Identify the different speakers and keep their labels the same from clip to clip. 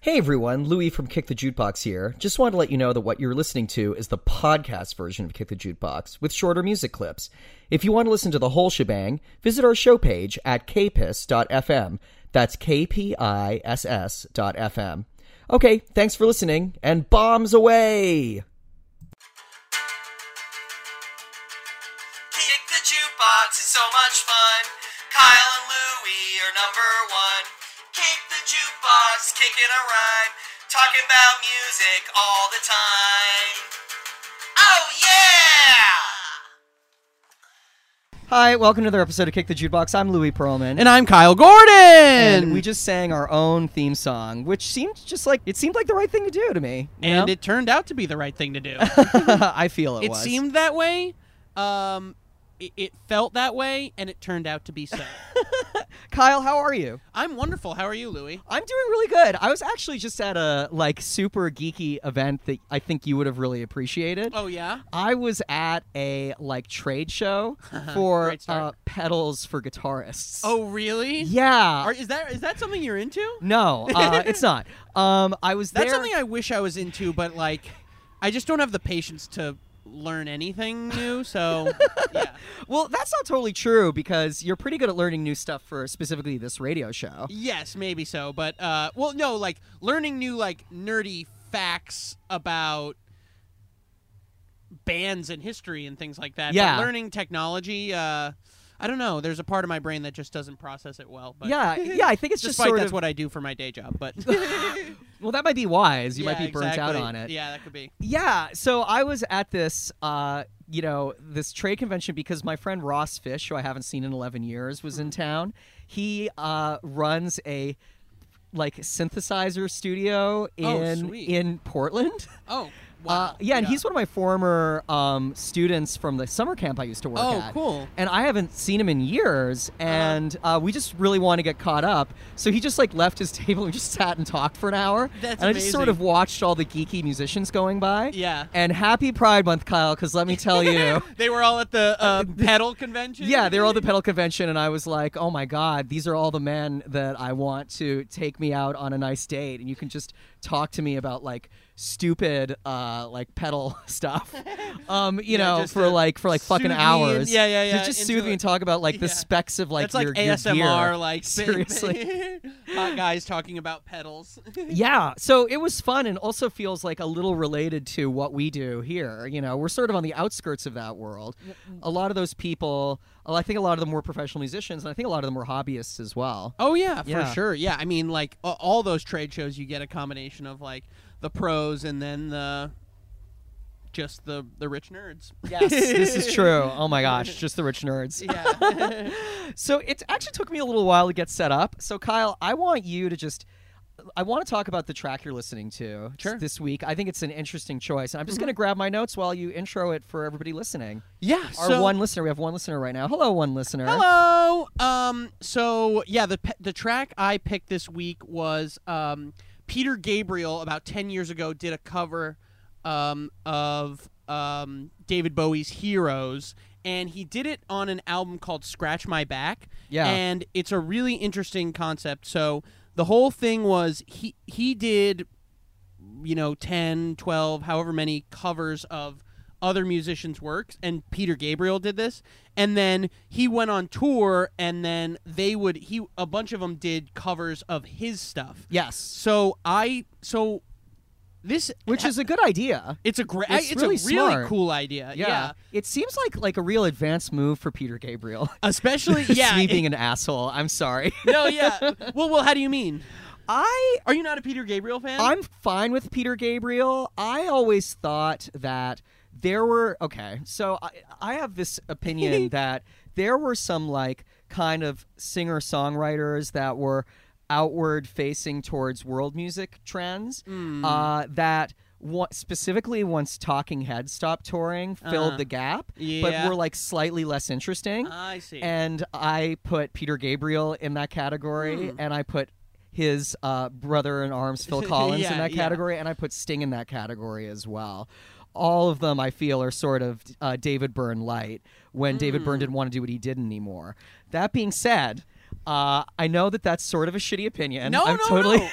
Speaker 1: Hey everyone, Louis from Kick the Jukebox here. Just wanted to let you know that what you're listening to is the podcast version of Kick the Jukebox with shorter music clips. If you want to listen to the whole shebang, visit our show page at kpiss.fm. That's K-P-I-S-S dot F-M. Okay, thanks for listening, and bombs away!
Speaker 2: Kick the jukebox is so much fun. Kyle and Louie are number one. Kick the jukebox, kicking a rhyme, talking about music all the time. Oh yeah!
Speaker 1: Hi, welcome to another episode of Kick the Jukebox. I'm Louis Pearlman.
Speaker 3: And I'm Kyle Gordon.
Speaker 1: And we just sang our own theme song, which seemed just like it seemed like the right thing to do to me. you
Speaker 3: and
Speaker 1: know?
Speaker 3: it turned out to be the right thing to do.
Speaker 1: I feel it,
Speaker 3: it
Speaker 1: was.
Speaker 3: seemed that way. Um, it, it felt that way, and it turned out to be so.
Speaker 1: Kyle, how are you?
Speaker 3: I'm wonderful. How are you, Louie?
Speaker 1: I'm doing really good. I was actually just at a like super geeky event that I think you would have really appreciated.
Speaker 3: Oh yeah.
Speaker 1: I was at a like trade show for
Speaker 3: Uh-huh.
Speaker 1: uh,
Speaker 3: Great start.
Speaker 1: pedals for guitarists.
Speaker 3: Oh really?
Speaker 1: yeah.
Speaker 3: Are, is that is that something you're into?
Speaker 1: no, uh, it's not. Um, I was
Speaker 3: That's
Speaker 1: there.
Speaker 3: something I wish I was into, but like, I just don't have the patience to learn anything new. So yeah.
Speaker 1: well, that's not totally true because you're pretty good at learning new stuff for specifically this radio show.
Speaker 3: Yes, maybe so, but uh, well, no, like learning new like nerdy facts about bands and history and things like that. but
Speaker 1: Yeah.
Speaker 3: learning technology. Uh, I don't know. There's a part of my brain that just doesn't process it well. But
Speaker 1: yeah, yeah. I think it's just
Speaker 3: despite
Speaker 1: sort
Speaker 3: that's
Speaker 1: of
Speaker 3: what I do for my day job. But
Speaker 1: well, that might be wise. You might
Speaker 3: Yeah,
Speaker 1: be burnt out
Speaker 3: exactly.
Speaker 1: on it.
Speaker 3: Yeah, that could be.
Speaker 1: Yeah, so I was at this, uh, you know, this trade convention because my friend Ross Fish, who I haven't seen in eleven years, was
Speaker 3: Mm-hmm.
Speaker 1: in town. He uh, runs a like synthesizer studio in
Speaker 3: Oh, sweet.
Speaker 1: in Portland.
Speaker 3: Oh, wow.
Speaker 1: Uh, yeah, and he's one of my former um, students from the summer camp I used to work
Speaker 3: Oh,
Speaker 1: at.
Speaker 3: cool. Uh-huh.
Speaker 1: And I haven't seen him in years, and uh we just really want to get caught up. So he just like left his table and just sat and talked for an hour.
Speaker 3: That's
Speaker 1: and I just sort of
Speaker 3: amazing.
Speaker 1: watched all the geeky musicians going by.
Speaker 3: Yeah.
Speaker 1: And happy Pride Month, Kyle, because let me tell you.
Speaker 3: They were all at the uh, pedal convention.
Speaker 1: Yeah, they were all at the pedal convention, and I was like, "Oh my god, these are all the men that I want to take me out on a nice date." And you can just talk to me about like stupid, uh, like pedal stuff, um, you
Speaker 3: Yeah,
Speaker 1: know,
Speaker 3: just
Speaker 1: for
Speaker 3: to
Speaker 1: like for like fucking
Speaker 3: soothe me and-
Speaker 1: hours.
Speaker 3: yeah, yeah, yeah,
Speaker 1: Just, just
Speaker 3: into
Speaker 1: soothe me
Speaker 3: it.
Speaker 1: and talk about like the
Speaker 3: Yeah.
Speaker 1: specs of like
Speaker 3: That's like
Speaker 1: your, your
Speaker 3: ASMR,
Speaker 1: gear.
Speaker 3: like
Speaker 1: seriously.
Speaker 3: hot guys talking about pedals.
Speaker 1: yeah, so it was fun, and also feels like a little related to what we do here. You know, we're sort of on the outskirts of that world. A lot of those people, well, I think a lot of them were professional musicians, and I think a lot of them were hobbyists as well.
Speaker 3: Oh yeah, for
Speaker 1: Yeah.
Speaker 3: sure. Yeah, I mean, like a- all those trade shows, you get a combination of like the pros and then the just the the rich nerds.
Speaker 1: Yes, this is true. Oh my gosh, just the rich nerds.
Speaker 3: yeah.
Speaker 1: So it actually took me a little while to get set up. So Kyle, I want you to just I want to talk about the track you're listening to
Speaker 3: Sure. Mm-hmm.
Speaker 1: this week. I think it's an interesting choice. And I'm just going to grab my notes while you intro it for everybody listening.
Speaker 3: yeah.
Speaker 1: Our
Speaker 3: so-
Speaker 1: one listener, we have one listener right now. Hello, one listener.
Speaker 3: Hello. Um. So yeah, the pe- the track I picked this week was um Peter Gabriel about ten years ago did a cover um of um David Bowie's Heroes. And he did it on an album called Scratch My Back.
Speaker 1: Yeah.
Speaker 3: And it's a really interesting concept. So the whole thing was he he did you know 10 12 however many covers of other musicians works and peter gabriel did this and then he went on tour and then they would he a bunch of them did covers of his stuff
Speaker 1: Yes.
Speaker 3: so i so this
Speaker 1: Which is a good idea.
Speaker 3: it's a great
Speaker 1: it's
Speaker 3: it's,
Speaker 1: really
Speaker 3: a really
Speaker 1: smart.
Speaker 3: cool idea yeah,
Speaker 1: It seems like like a real advanced move for Peter Gabriel.
Speaker 3: especially
Speaker 1: It's
Speaker 3: yeah
Speaker 1: me
Speaker 3: it-
Speaker 1: being an asshole. I'm sorry.
Speaker 3: no yeah well well how do you mean
Speaker 1: I
Speaker 3: are you not a peter gabriel fan
Speaker 1: I'm fine with Peter Gabriel. I always thought that there were okay. So I I have this opinion that there were some like kind of singer songwriters that were outward facing towards world music trends
Speaker 3: Hmm.
Speaker 1: uh, that. wa- Specifically, once Talking Heads stopped touring, filled
Speaker 3: Uh-huh.
Speaker 1: the gap, but
Speaker 3: Yeah.
Speaker 1: were like slightly less interesting
Speaker 3: i see
Speaker 1: and I put Peter Gabriel in that category, and I put his uh, brother in arms, Phil Collins, in
Speaker 3: Hmm. Yeah,
Speaker 1: that
Speaker 3: yeah.
Speaker 1: category, and I put Sting in that category as well. All of them, I feel, are sort of
Speaker 3: Hmm.
Speaker 1: uh, David Byrne light when David Byrne didn't want to do what he did anymore. That being said, Uh, I know that that's sort of a shitty opinion.
Speaker 3: No,
Speaker 1: I'm
Speaker 3: no,
Speaker 1: totally
Speaker 3: no.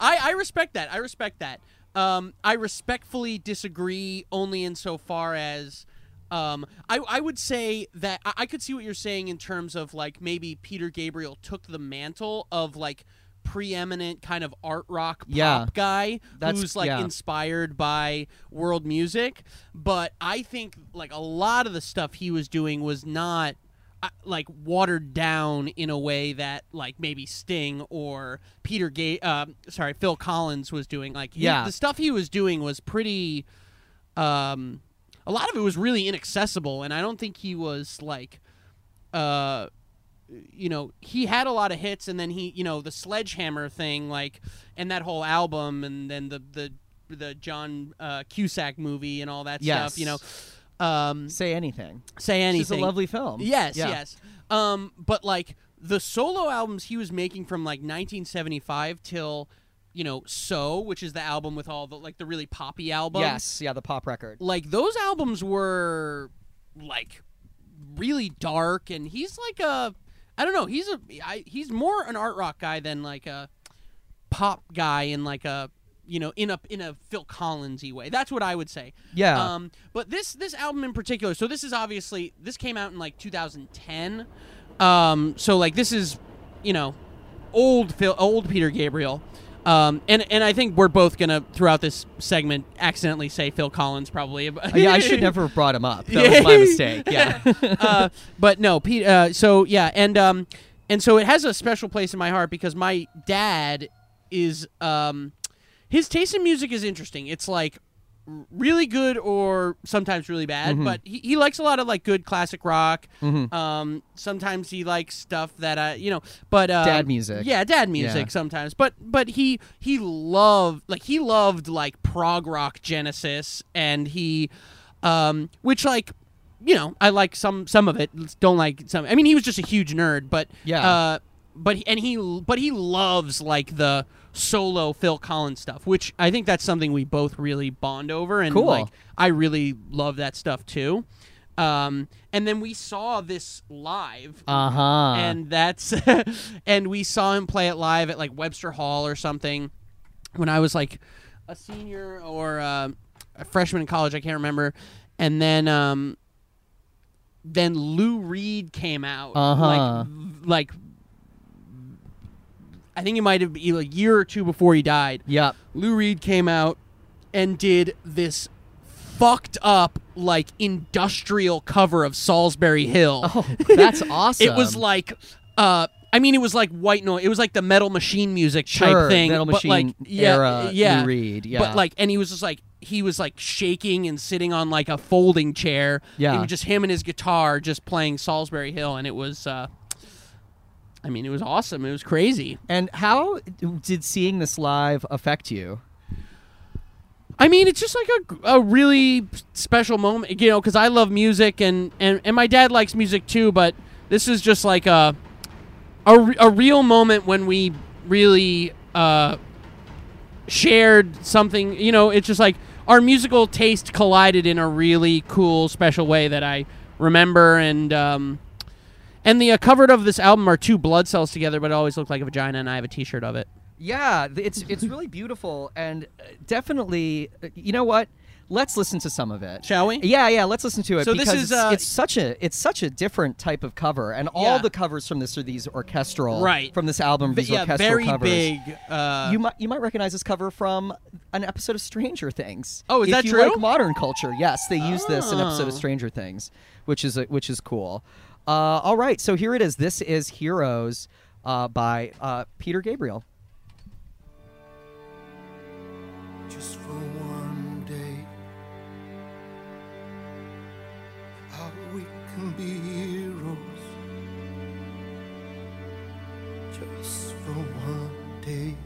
Speaker 3: I, I respect that. I respect that. Um, I respectfully disagree only insofar as um, I, I would say that I, I could see what you're saying in terms of like maybe Peter Gabriel took the mantle of like preeminent kind of art rock pop
Speaker 1: Yeah.
Speaker 3: guy
Speaker 1: That's-
Speaker 3: who's like
Speaker 1: yeah.
Speaker 3: inspired by world music but i think like a lot of the stuff he was doing was not uh, like watered down in a way that like maybe Sting or Peter Gay, um sorry, Phil Collins was doing. Like, he-
Speaker 1: Yeah.
Speaker 3: the stuff he was doing was pretty. Um, a lot of it was really inaccessible, and I don't think he was like, uh, you know, he had a lot of hits, and then he, you know, the sledgehammer thing, like, and that whole album, and then the the the John uh, Cusack movie and all that
Speaker 1: Yes.
Speaker 3: stuff. You know, um,
Speaker 1: say anything.
Speaker 3: say anything.
Speaker 1: It's a lovely film.
Speaker 3: Yes,
Speaker 1: Yeah.
Speaker 3: yes. Um, but like the solo albums he was making from like 1975 till, you know, So, which is the album with all the like the really poppy album.
Speaker 1: Yes, yeah, the pop record.
Speaker 3: Like those albums were like really dark and he's like a I don't know, he's a I, he's more an art rock guy than like a pop guy in like a you know in a in a Phil Collinsy way. That's what I would say.
Speaker 1: Yeah.
Speaker 3: Um, but this this album in particular, so this is obviously this came out in like 2010. Um, so like this is, you know, old Phil, old Peter Gabriel. Um, and and I think we're both gonna throughout this segment accidentally say Phil Collins probably.
Speaker 1: Uh, yeah, I should never have brought him up. That was my mistake. Yeah.
Speaker 3: uh, but no, Pete. Uh, so yeah, and um, and so it has a special place in my heart because my dad is um, his taste in music is interesting. It's like r- really good or sometimes really bad,
Speaker 1: Mm-hmm.
Speaker 3: but he, he likes a lot of like good classic rock. Um, sometimes he likes stuff that I, you know, but um,
Speaker 1: Dad music.
Speaker 3: Yeah, dad music
Speaker 1: Yeah.
Speaker 3: sometimes. But but he he loved like he loved like prog rock Genesis and he um which like you know, I like some some of it. Don't like some. I mean, he was just a huge nerd, but
Speaker 1: Yeah.
Speaker 3: Uh, but he- and he but he loves like the solo Phil Collins stuff, which I think that's something we both really bond over. And
Speaker 1: Cool.
Speaker 3: like, I really love that stuff too. Um, and then we saw this live
Speaker 1: Uh huh.
Speaker 3: and that's and we saw him play it live at like Webster Hall or something when I was like a senior or uh, a freshman in college. I can't remember. And then um, then Lou Reed came out
Speaker 1: Uh-huh.
Speaker 3: like like I think it might have been a year or two before he died.
Speaker 1: Yep.
Speaker 3: Lou Reed came out and did this fucked up like industrial cover of Salisbury Hill.
Speaker 1: Oh, that's awesome.
Speaker 3: It was like, uh, I mean, it was like white noise. It was like the metal machine music type
Speaker 1: Sure,
Speaker 3: thing.
Speaker 1: Metal
Speaker 3: but like,
Speaker 1: Machine
Speaker 3: yeah,
Speaker 1: era
Speaker 3: yeah.
Speaker 1: Lou Reed, yeah.
Speaker 3: But like, and he was just like, he was like shaking and sitting on like a folding chair.
Speaker 1: Yeah.
Speaker 3: It was just him and his guitar just playing Salisbury Hill, and it was. Uh, I mean, it was awesome. It was crazy.
Speaker 1: And how did seeing this live affect you?
Speaker 3: I mean, it's just like a, a really special moment, you know, because I love music and, and, and my dad likes music too, but this is just like a, a, re- a real moment when we really uh, shared something, you know, it's just like our musical taste collided in a really cool, special way that I remember. And, um, and the uh, cover of this album are two blood cells together, but it always looked like a vagina, and I have a t shirt of it.
Speaker 1: Yeah, th- it's it's really beautiful and uh, definitely. uh, You know what? Let's listen to some of it,
Speaker 3: Shall we?
Speaker 1: Yeah, yeah. Let's listen to it.
Speaker 3: So this
Speaker 1: because it's,
Speaker 3: is, uh,
Speaker 1: it's such a it's such a different type of cover, and all
Speaker 3: Yeah.
Speaker 1: the covers from this are these orchestral,
Speaker 3: Right.
Speaker 1: From this album, these
Speaker 3: yeah,
Speaker 1: orchestral
Speaker 3: very
Speaker 1: covers.
Speaker 3: big. Uh,
Speaker 1: You might you might recognize this cover from an episode of Stranger Things.
Speaker 3: Oh, is
Speaker 1: If
Speaker 3: that
Speaker 1: you
Speaker 3: true?
Speaker 1: Like modern culture, yes, they use this in an episode
Speaker 3: Oh.
Speaker 1: of Stranger Things, which is which is cool. Uh, all right, so here it is. This is Heroes uh, by uh, Peter Gabriel.
Speaker 4: just for one day. How we can be heroes just for one day.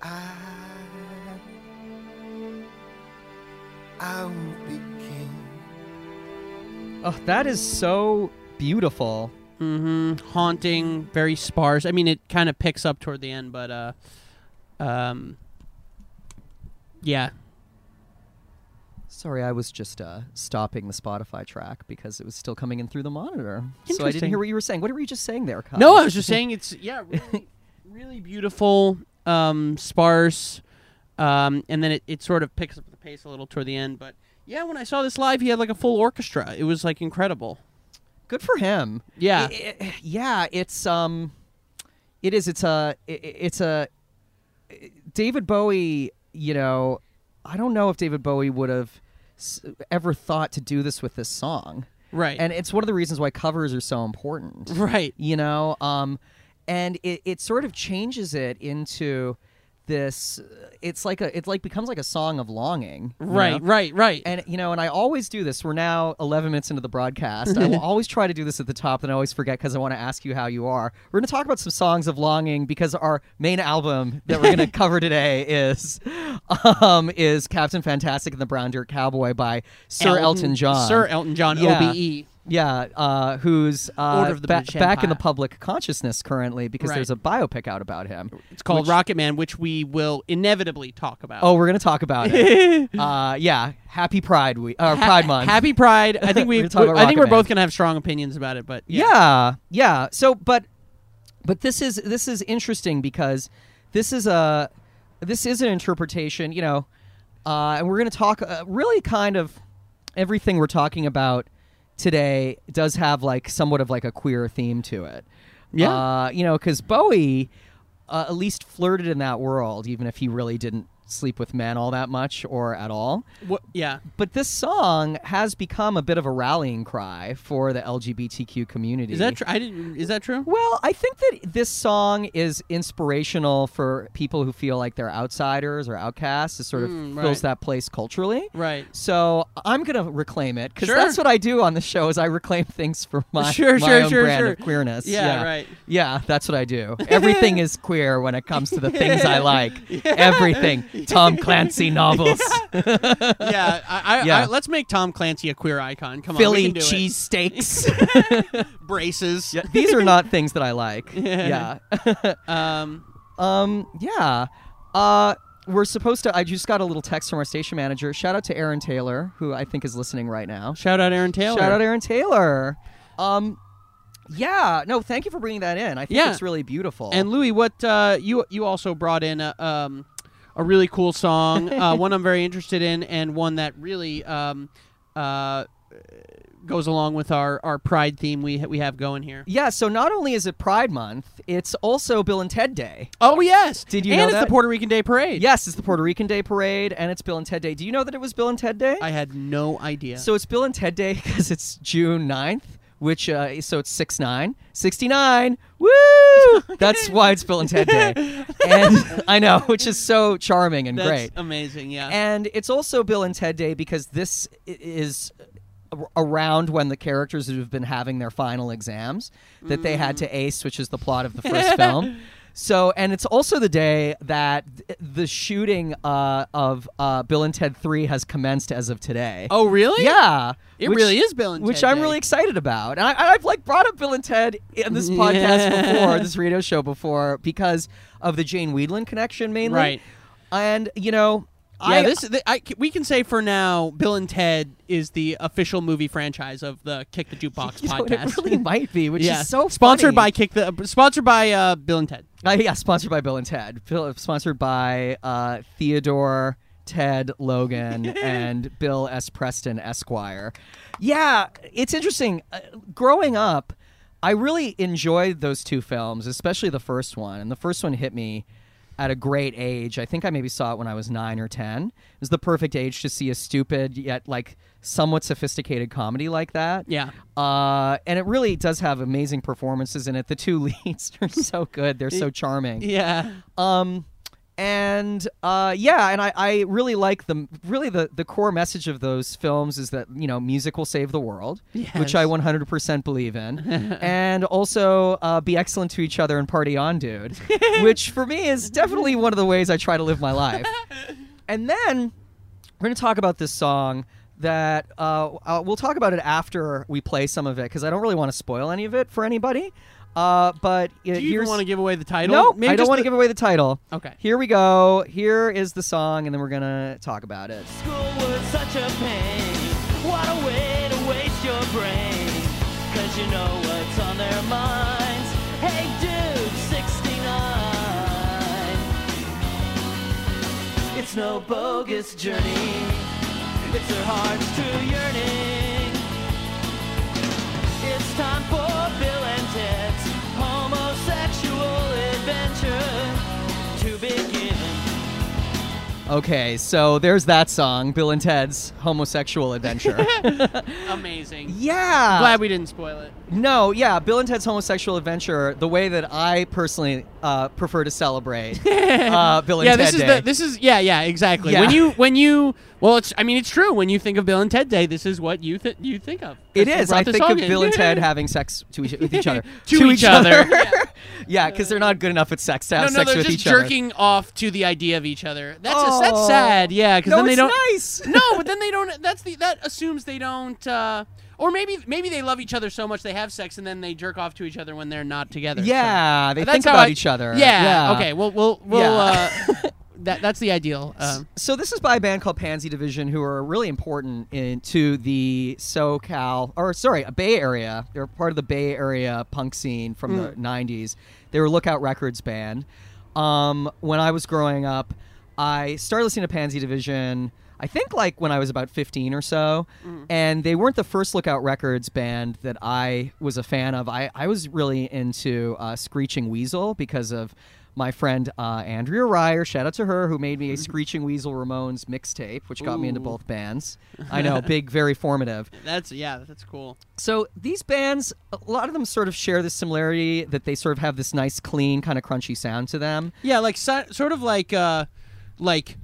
Speaker 4: I, I will be king.
Speaker 1: Oh, that is so beautiful.
Speaker 3: hmm Haunting, very sparse. I mean, it kind of picks up toward the end, but uh, um, yeah,
Speaker 1: Sorry, I was just uh, stopping the Spotify track because it was still coming in through the monitor. So I didn't
Speaker 3: Interesting.
Speaker 1: hear what you were saying. What were you just saying there, Kyle?
Speaker 3: No, I was just saying it's yeah, really, Uh, really beautiful, um, sparse, um, and then it, it sort of picks up the pace a little toward the end. But yeah, when I saw this live, he had like a full orchestra. It was like incredible.
Speaker 1: Good for him.
Speaker 3: Yeah.
Speaker 1: I- I- yeah, it's um it is it's a i- i- it's a David Bowie, you know, I don't know if David Bowie would have s- ever thought to do this with this song.
Speaker 3: Right.
Speaker 1: And it's one of the reasons why covers are so important.
Speaker 3: Right.
Speaker 1: You know, um and it, it sort of changes it into this it's like a it like becomes like a song of longing. you
Speaker 3: Right.
Speaker 1: know?
Speaker 3: Right. Right.
Speaker 1: And you know, and I always do this. We're now 11 minutes into the broadcast. I will always try to do this at the top, and I always forget because I want to ask you how you are. We're going to talk about some songs of longing because our main album that we're going to cover today is um, is Captain Fantastic and the Brown Dirt Cowboy by Sir Elton, John.
Speaker 3: Sir Elton John. E.
Speaker 1: Yeah.
Speaker 3: OBE.
Speaker 1: Yeah, uh, who's uh,
Speaker 3: Order of the
Speaker 1: ba-
Speaker 3: British
Speaker 1: back in
Speaker 3: Empire.
Speaker 1: the public consciousness currently because
Speaker 3: Right.
Speaker 1: there's a biopic out about him.
Speaker 3: It's called Rocket Man, which we will inevitably talk about.
Speaker 1: Oh, we're going to talk about it. uh, yeah, Happy Pride Week, uh,
Speaker 3: Ha-
Speaker 1: Pride Month.
Speaker 3: Happy Pride. I think we.
Speaker 1: We're gonna talk about
Speaker 3: I
Speaker 1: Rocket
Speaker 3: think we're
Speaker 1: Man.
Speaker 3: both gonna have strong opinions about it, but yeah.
Speaker 1: yeah yeah so but but this is this is interesting because this is a this is an interpretation you know uh, and we're going to talk uh, really kind of everything we're talking about today does have like somewhat of like a queer theme to it
Speaker 3: Yeah.
Speaker 1: uh, you know because bowie uh, at least flirted in that world even if he really didn't sleep with men all that much or at all
Speaker 3: Wha- yeah.
Speaker 1: but this song has become a bit of a rallying cry for the LGBTQ community.
Speaker 3: Is that true? I didn't. Is that true?
Speaker 1: Well, I think that this song is inspirational for people who feel like they're outsiders or outcasts. It sort of
Speaker 3: Mm,
Speaker 1: fills
Speaker 3: right.
Speaker 1: that place culturally.
Speaker 3: Right.
Speaker 1: So I'm gonna reclaim it because
Speaker 3: Sure.
Speaker 1: that's what I do on the show. Is I reclaim things for my
Speaker 3: Sure,
Speaker 1: my
Speaker 3: sure,
Speaker 1: own
Speaker 3: sure,
Speaker 1: brand
Speaker 3: sure.
Speaker 1: of queerness.
Speaker 3: Yeah, right.
Speaker 1: Yeah, that's what I do. Everything is queer when it comes to the things I like. Everything. Tom Clancy novels.
Speaker 3: yeah, I, I,
Speaker 1: Yeah.
Speaker 3: I, let's make Tom Clancy a queer icon. Come on, we
Speaker 1: Philly
Speaker 3: can do it.
Speaker 1: cheesesteaks.
Speaker 3: braces.
Speaker 1: Yeah, these are not things that I like. Yeah.
Speaker 3: Um,
Speaker 1: um, yeah. Uh, we're supposed to. I just got a little text from our station manager. Shout out to Aaron Taylor, who I think is listening right now.
Speaker 3: shout out Aaron Taylor.
Speaker 1: Shout out Aaron Taylor. Um, yeah. No, thank you for bringing that in. I think
Speaker 3: Yeah.
Speaker 1: it's really beautiful.
Speaker 3: And Louis, what uh, you you also brought in a, um, a really cool song, uh, one I'm very interested in, and one that really um, uh, goes along with our, our pride theme we ha- we have going here.
Speaker 1: yeah. So not only is it Pride Month, it's also Bill and Ted Day.
Speaker 3: Oh yes,
Speaker 1: Did you
Speaker 3: And
Speaker 1: know
Speaker 3: it's
Speaker 1: that?
Speaker 3: the Puerto Rican Day Parade.
Speaker 1: Yes, it's the Puerto Rican Day Parade, and it's Bill and Ted Day. Do you know that it was Bill and Ted Day?
Speaker 3: I had no idea.
Speaker 1: So it's Bill and Ted Day because it's June 9th, which, uh, so it's 6 9, 69. Woo! That's why it's Bill and Ted Day. And I know, which is so charming and
Speaker 3: That's
Speaker 1: great.
Speaker 3: amazing. Yeah.
Speaker 1: And it's also Bill and Ted Day because this i- is ar- around when the characters who've been having their final exams that they had to ace, which is the plot of the first film. So, and it's also the day that th- the shooting uh, of uh, Bill and Ted 3 has commenced as of today.
Speaker 3: oh really?
Speaker 1: Yeah,
Speaker 3: It really is Bill and
Speaker 1: which
Speaker 3: Ted
Speaker 1: I'm
Speaker 3: Day.
Speaker 1: really excited about. And I, I've like brought up Bill and Ted in this podcast
Speaker 3: Yeah.
Speaker 1: before, this radio show before, because of the Jane Wheedlin connection mainly.
Speaker 3: Right.
Speaker 1: And you know,
Speaker 3: Yeah,
Speaker 1: I
Speaker 3: this th- I, c- we can say for now, Bill and Ted is the official movie franchise of the Kick the Jukebox
Speaker 1: you know,
Speaker 3: podcast.
Speaker 1: it really might be, which
Speaker 3: yeah,
Speaker 1: is so
Speaker 3: sponsored by
Speaker 1: funny.
Speaker 3: Kick the uh, sponsored by uh, Bill and Ted.
Speaker 1: by uh, yeah, sponsored by Bill and Ted, Bill, sponsored by uh, Theodore. Ted Logan and Bill S. Preston Esquire. Yeah, it's interesting. Uh, growing up, I really enjoyed those two films, especially the first one. And the first one hit me at a great age. I think I maybe saw it when I was nine or ten. It was the perfect age to see a stupid yet like somewhat sophisticated comedy like that.
Speaker 3: Yeah.
Speaker 1: Uh, and it really does have amazing performances in it. The two leads are so good. They're so charming.
Speaker 3: Yeah,
Speaker 1: Um, and uh, yeah, and I, I really like them. Really, the, the core message of those films is that you know music will save the world, which
Speaker 3: Yes.
Speaker 1: I 100% believe in, and also uh, be excellent to each other and party on, dude. which for me is definitely one of the ways I try to live my life. And then we're going to talk about this song that uh, uh, we'll talk about it after we play some of it because I don't really want to spoil any of it for anybody. Uh, but uh,
Speaker 3: Do you
Speaker 1: here's
Speaker 3: want to give away the title?
Speaker 1: no,
Speaker 3: Maybe
Speaker 1: I don't
Speaker 3: just
Speaker 1: want to
Speaker 3: the-
Speaker 1: give away the title.
Speaker 3: Okay.
Speaker 1: Here we go. Here is the song, and then we're gonna talk about it.
Speaker 5: School was such a pain. What a way to waste your brain. Cause you know what's on their minds. Hey, dude, 69. It's no bogus journey. It's their heart's true yearning. It's time for Bill and Ted's homosexual adventure to begin.
Speaker 1: Okay, so there's that song, Bill and Ted's Homosexual Adventure.
Speaker 3: Amazing.
Speaker 1: yeah.
Speaker 3: Glad we didn't spoil it.
Speaker 1: No, yeah, Bill and Ted's Homosexual Adventure. The way that I personally uh, prefer to celebrate uh, Bill and
Speaker 3: yeah,
Speaker 1: Ted
Speaker 3: this is
Speaker 1: Day.
Speaker 3: the this is yeah yeah exactly.
Speaker 1: Yeah.
Speaker 3: When you when you well, it's I mean it's true. When you think of Bill and Ted Day, this is what you th- you think of.
Speaker 1: it
Speaker 3: That's who
Speaker 1: is.
Speaker 3: brought
Speaker 1: I
Speaker 3: the
Speaker 1: think
Speaker 3: song
Speaker 1: of
Speaker 3: in.
Speaker 1: Bill and Ted having sex to each, with each other.
Speaker 3: To each other.
Speaker 1: yeah, because they're not good enough at sex to
Speaker 3: no
Speaker 1: have
Speaker 3: no,
Speaker 1: sex
Speaker 3: they're
Speaker 1: with
Speaker 3: just
Speaker 1: each other.
Speaker 3: jerking off to the idea of each other. That's a, that's
Speaker 1: Oh.
Speaker 3: sad. Yeah, because
Speaker 1: No,
Speaker 3: then they
Speaker 1: it's
Speaker 3: don't.
Speaker 1: nice.
Speaker 3: no, but then they don't. That's the that assumes they don't. uh or maybe maybe they love each other so much they have sex and then they jerk off to each other when they're not together. so-
Speaker 1: Yeah, they
Speaker 3: That's
Speaker 1: think
Speaker 3: how
Speaker 1: about
Speaker 3: I-
Speaker 1: each other.
Speaker 3: Yeah. Okay. Well, we'll we'll.
Speaker 1: Yeah.
Speaker 3: Uh, that that's the ideal. Um,
Speaker 1: So this is by a band called Pansy Division, who are really important in, to the SoCal, or sorry, a Bay Area. They're part of the Bay Area punk scene from the '90s. They were Lookout Records band. Um, when I was growing up, I started listening to Pansy Division. I think like when I was about 15 or so, and they weren't the first Lookout Records band that I was a fan of. I, I was really into uh, Screeching Weasel because of my friend uh, Andrea Ryer, shout out to her, who made me a Screeching Weasel Ramones mixtape, which got me into both bands. I know, big, very formative.
Speaker 3: that's yeah. That's cool.
Speaker 1: So these bands, a lot of them sort of share this similarity that they sort of have this nice, clean, kind of crunchy sound to them.
Speaker 3: Yeah, like so, sort of like uh like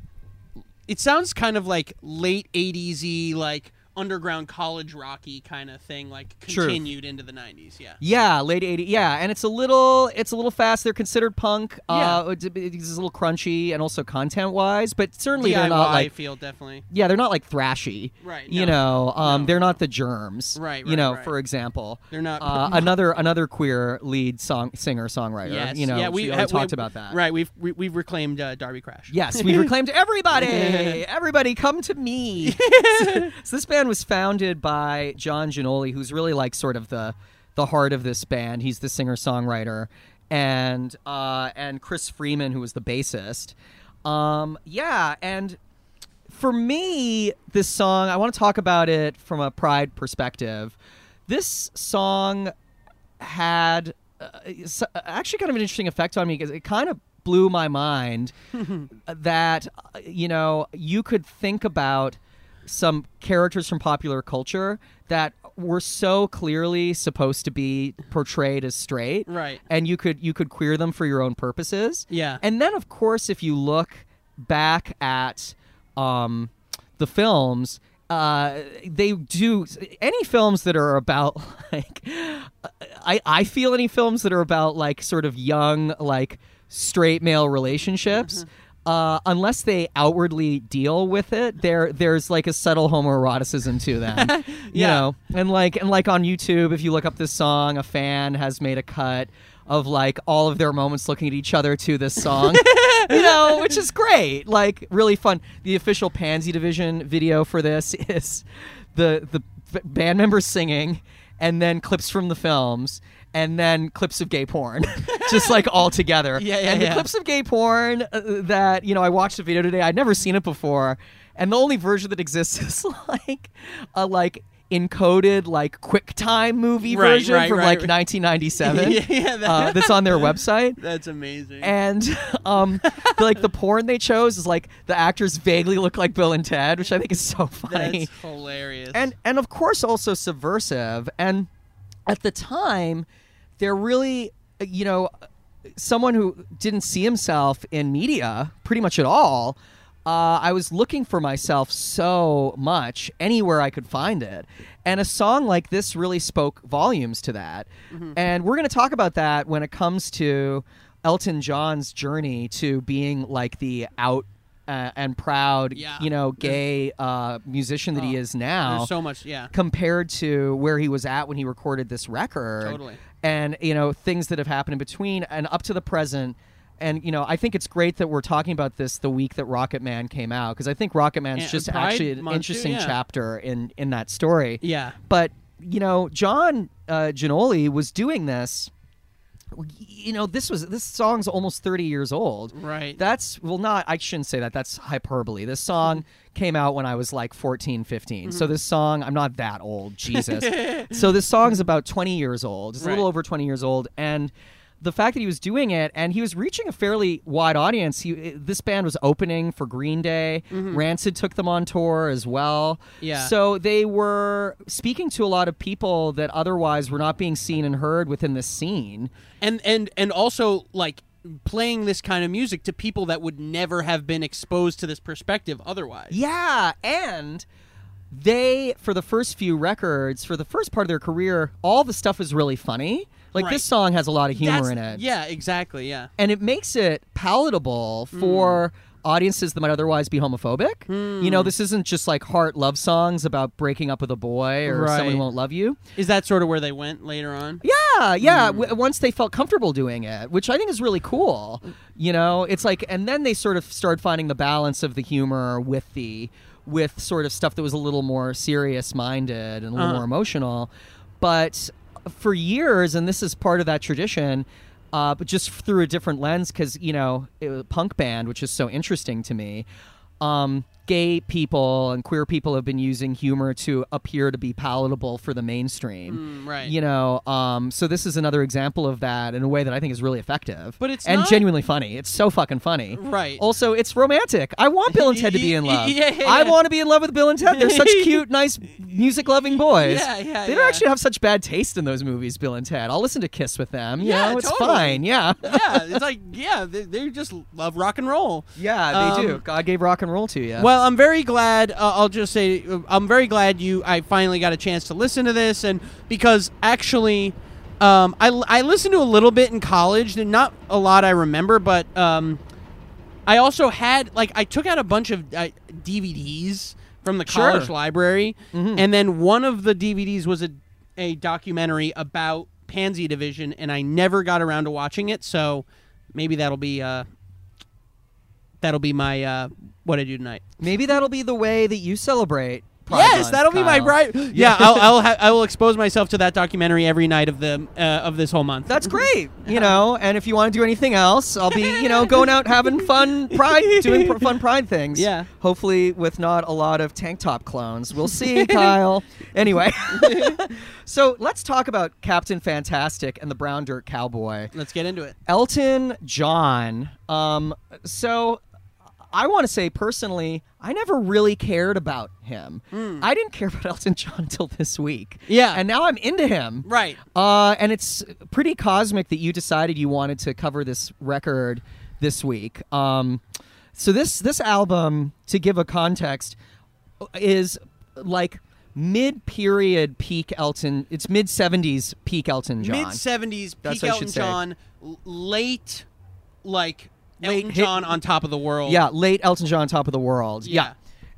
Speaker 3: it sounds kind of like late 80s y like underground college rocky kind of thing like
Speaker 1: Sure.
Speaker 3: continued into the 90s, yeah.
Speaker 1: Yeah, late '80s. Yeah, and it's a little, it's a little fast. They're considered punk.
Speaker 3: Yeah.
Speaker 1: Uh, it's, it's a little crunchy and also content-wise, but certainly they're not
Speaker 3: DIY
Speaker 1: like
Speaker 3: feel definitely.
Speaker 1: yeah, they're not like thrashy.
Speaker 3: Right,
Speaker 1: You know, um, they're not the germs.
Speaker 3: Right,
Speaker 1: You
Speaker 3: right,
Speaker 1: know,
Speaker 3: right.
Speaker 1: for example,
Speaker 3: They're not-
Speaker 1: uh, another another queer lead song singer songwriter.
Speaker 3: Yes.
Speaker 1: You know,
Speaker 3: yeah,
Speaker 1: which
Speaker 3: we
Speaker 1: already
Speaker 3: ha- we-
Speaker 1: talked about that.
Speaker 3: Right, we've we, we've reclaimed uh, Darby Crash.
Speaker 1: Yes, we've reclaimed everybody. everybody, come to me. so, so this band was founded by John Ginoli, who's really like sort of the the heart of this band. He's the singer songwriter, and uh, and Chris Freeman, who was the bassist. Um, yeah, and for me, this song, I want to talk about it from a pride perspective. This song had uh, s- actually kind of an interesting effect on me because it kind of blew my mind that, uh, you know, you could think about some characters from popular culture that were so clearly supposed to be portrayed as straight
Speaker 3: Right.
Speaker 1: and you could you could queer them for your own purposes
Speaker 3: Yeah.
Speaker 1: and then, of course, if you look back at um, the films, uh, they do any films that are about like uh, I I feel any films that are about like sort of young like straight male relationships. Uh, unless they outwardly deal with it, there there's like a subtle homoeroticism to them, you
Speaker 3: Yeah.
Speaker 1: know. And like and like on YouTube, if you look up this song, a fan has made a cut of like all of their moments looking at each other to this song, you know, which is great, like really fun. The official Pansy Division video for this is the the b- band members singing, and then clips from the films, and then clips of gay porn, just like all together.
Speaker 3: Yeah, yeah,
Speaker 1: And the
Speaker 3: yeah.
Speaker 1: clips of gay porn uh, that you know I watched a video today. I'd never seen it before, and the only version that exists is like a like encoded like QuickTime movie
Speaker 3: Right,
Speaker 1: version
Speaker 3: right,
Speaker 1: from
Speaker 3: right,
Speaker 1: like
Speaker 3: right.
Speaker 1: 1997.
Speaker 3: Yeah, that-
Speaker 1: uh, that's on their website.
Speaker 3: That's amazing.
Speaker 1: And um, the- like the porn they chose is like the actors vaguely look like Bill and Ted, which I think is so funny
Speaker 3: that's hilarious.
Speaker 1: and and of course also subversive and at the time they're really uh, you know someone who didn't see himself in media pretty much at all uh, I was looking for myself so much anywhere I could find it. And a song like this really spoke volumes to that. And we're going to talk about that when it comes to Elton John's journey to being like the out uh, and proud,
Speaker 3: Yeah.
Speaker 1: you know, gay uh, musician that he is now
Speaker 3: There's Oh, so much, yeah.
Speaker 1: compared to where he was at when he recorded this record.
Speaker 3: Totally.
Speaker 1: and you know things that have happened in between and up to the present. And you know, I think it's great that we're talking about this the week that Rocket Man came out because I think Rocket Man's
Speaker 3: And
Speaker 1: just
Speaker 3: Pride
Speaker 1: actually an
Speaker 3: Month, too,
Speaker 1: interesting
Speaker 3: yeah.
Speaker 1: chapter in in that story.
Speaker 3: Yeah.
Speaker 1: But you know, John uh, Ginoli was doing this. You know, this was this song's almost thirty years old.
Speaker 3: Right.
Speaker 1: That's well, not I shouldn't say that. That's hyperbole. This song came out when I was like 14, 15. So
Speaker 3: Mm-hmm.
Speaker 1: this song, I'm not that old, Jesus. so this song's about twenty years old. It's a little
Speaker 3: Right.
Speaker 1: over twenty years old, and the fact that he was doing it and he was reaching a fairly wide audience. He this band was opening for Green Day.
Speaker 3: Mm-hmm.
Speaker 1: Rancid took them on tour as well.
Speaker 3: Yeah.
Speaker 1: So so they were speaking to a lot of people that otherwise were not being seen and heard within the scene.
Speaker 3: and and and also like playing this kind of music to people that would never have been exposed to this perspective otherwise.
Speaker 1: Yeah, and they for the first few records, for the first part of their career, all the stuff is really funny. Like
Speaker 3: Right.
Speaker 1: this song has a lot of humor
Speaker 3: That's-
Speaker 1: in it.
Speaker 3: Yeah, exactly. Yeah.
Speaker 1: and it makes it palatable
Speaker 3: Mm.
Speaker 1: for audiences that might otherwise be homophobic. You
Speaker 3: Hmm.
Speaker 1: know, this isn't just like heart love songs about breaking up with a boy or
Speaker 3: Right.
Speaker 1: someone won't love you.
Speaker 3: Is that sort of where they went later on?
Speaker 1: Yeah, yeah. W- once they felt comfortable doing it, which I think is really cool. You know, it's like, and then they sort of started finding the balance of the humor with the, with sort of stuff that was a little more serious minded and a little
Speaker 3: Uh-huh.
Speaker 1: more emotional. But for years, and this is part of that tradition, uh, but just through a different lens, because you know, it was a punk band, which is so interesting to me. Um, gay people and queer people have been using humor to appear to be palatable for the mainstream
Speaker 3: Mm, right.
Speaker 1: you know um, so this is another example of that in a way that i think is really effective
Speaker 3: But it's
Speaker 1: and
Speaker 3: not-
Speaker 1: genuinely funny it's so fucking funny
Speaker 3: Right.
Speaker 1: also it's romantic i want bill and ted to be in love
Speaker 3: Yeah, yeah,
Speaker 1: i
Speaker 3: yeah.
Speaker 1: want to be in love with bill and ted they're such cute nice music loving boys
Speaker 3: Yeah, yeah,
Speaker 1: they
Speaker 3: yeah.
Speaker 1: don't actually have such bad taste in those movies bill and ted i'll listen to kiss with them you
Speaker 3: Yeah,
Speaker 1: know it's
Speaker 3: totally.
Speaker 1: fine yeah
Speaker 3: yeah, it's like yeah, they, they just love rock and roll.
Speaker 1: yeah they
Speaker 3: Um,
Speaker 1: do god gave rock and roll to you
Speaker 3: Well, I'm very glad. Uh, I'll just say uh, I'm very glad you. I finally got a chance to listen to this, and because actually, um, I I listened to a little bit in college. and Not a lot I remember, but um, I also had like I took out a bunch of uh, DVDs from the
Speaker 1: Sure.
Speaker 3: college library, and then one of the DVDs was a a documentary about Pansy Division, and I never got around to watching it. So maybe that'll be uh, that'll be my uh, what I do tonight.
Speaker 1: maybe that'll be the way that you celebrate Pride
Speaker 3: yes,
Speaker 1: Month,
Speaker 3: that'll be my
Speaker 1: Kyle.
Speaker 3: bright. Yeah, I'll I'll, ha- I will expose myself to that documentary every night of the uh, of this whole month.
Speaker 1: That's great, you know. And if you want to do anything else, I'll be, you know, going out having fun pride, doing pr- fun pride things.
Speaker 3: Yeah.
Speaker 1: Hopefully, with not a lot of tank top clones. We'll see, Kyle. Anyway, so let's talk about Captain Fantastic and the Brown Dirt Cowboy.
Speaker 3: Let's get into it.
Speaker 1: Elton John. Um, so I want to say personally, I never really cared about him. I didn't care about Elton John until this week.
Speaker 3: Hmm. Yeah.
Speaker 1: And now I'm into him.
Speaker 3: Right.
Speaker 1: Uh, and it's pretty cosmic that you decided you wanted to cover this record this week. Um, so this this album, to give a context, is like mid period peak Elton. It's mid seventies peak Elton John.
Speaker 3: Mid seventies,
Speaker 1: That's
Speaker 3: peak
Speaker 1: what I should
Speaker 3: Elton
Speaker 1: say.
Speaker 3: John, l- late, like
Speaker 1: Late
Speaker 3: Elton
Speaker 1: hit-
Speaker 3: John on top of the world.
Speaker 1: Yeah, late Elton John, top of the world. Yeah.
Speaker 3: Yeah.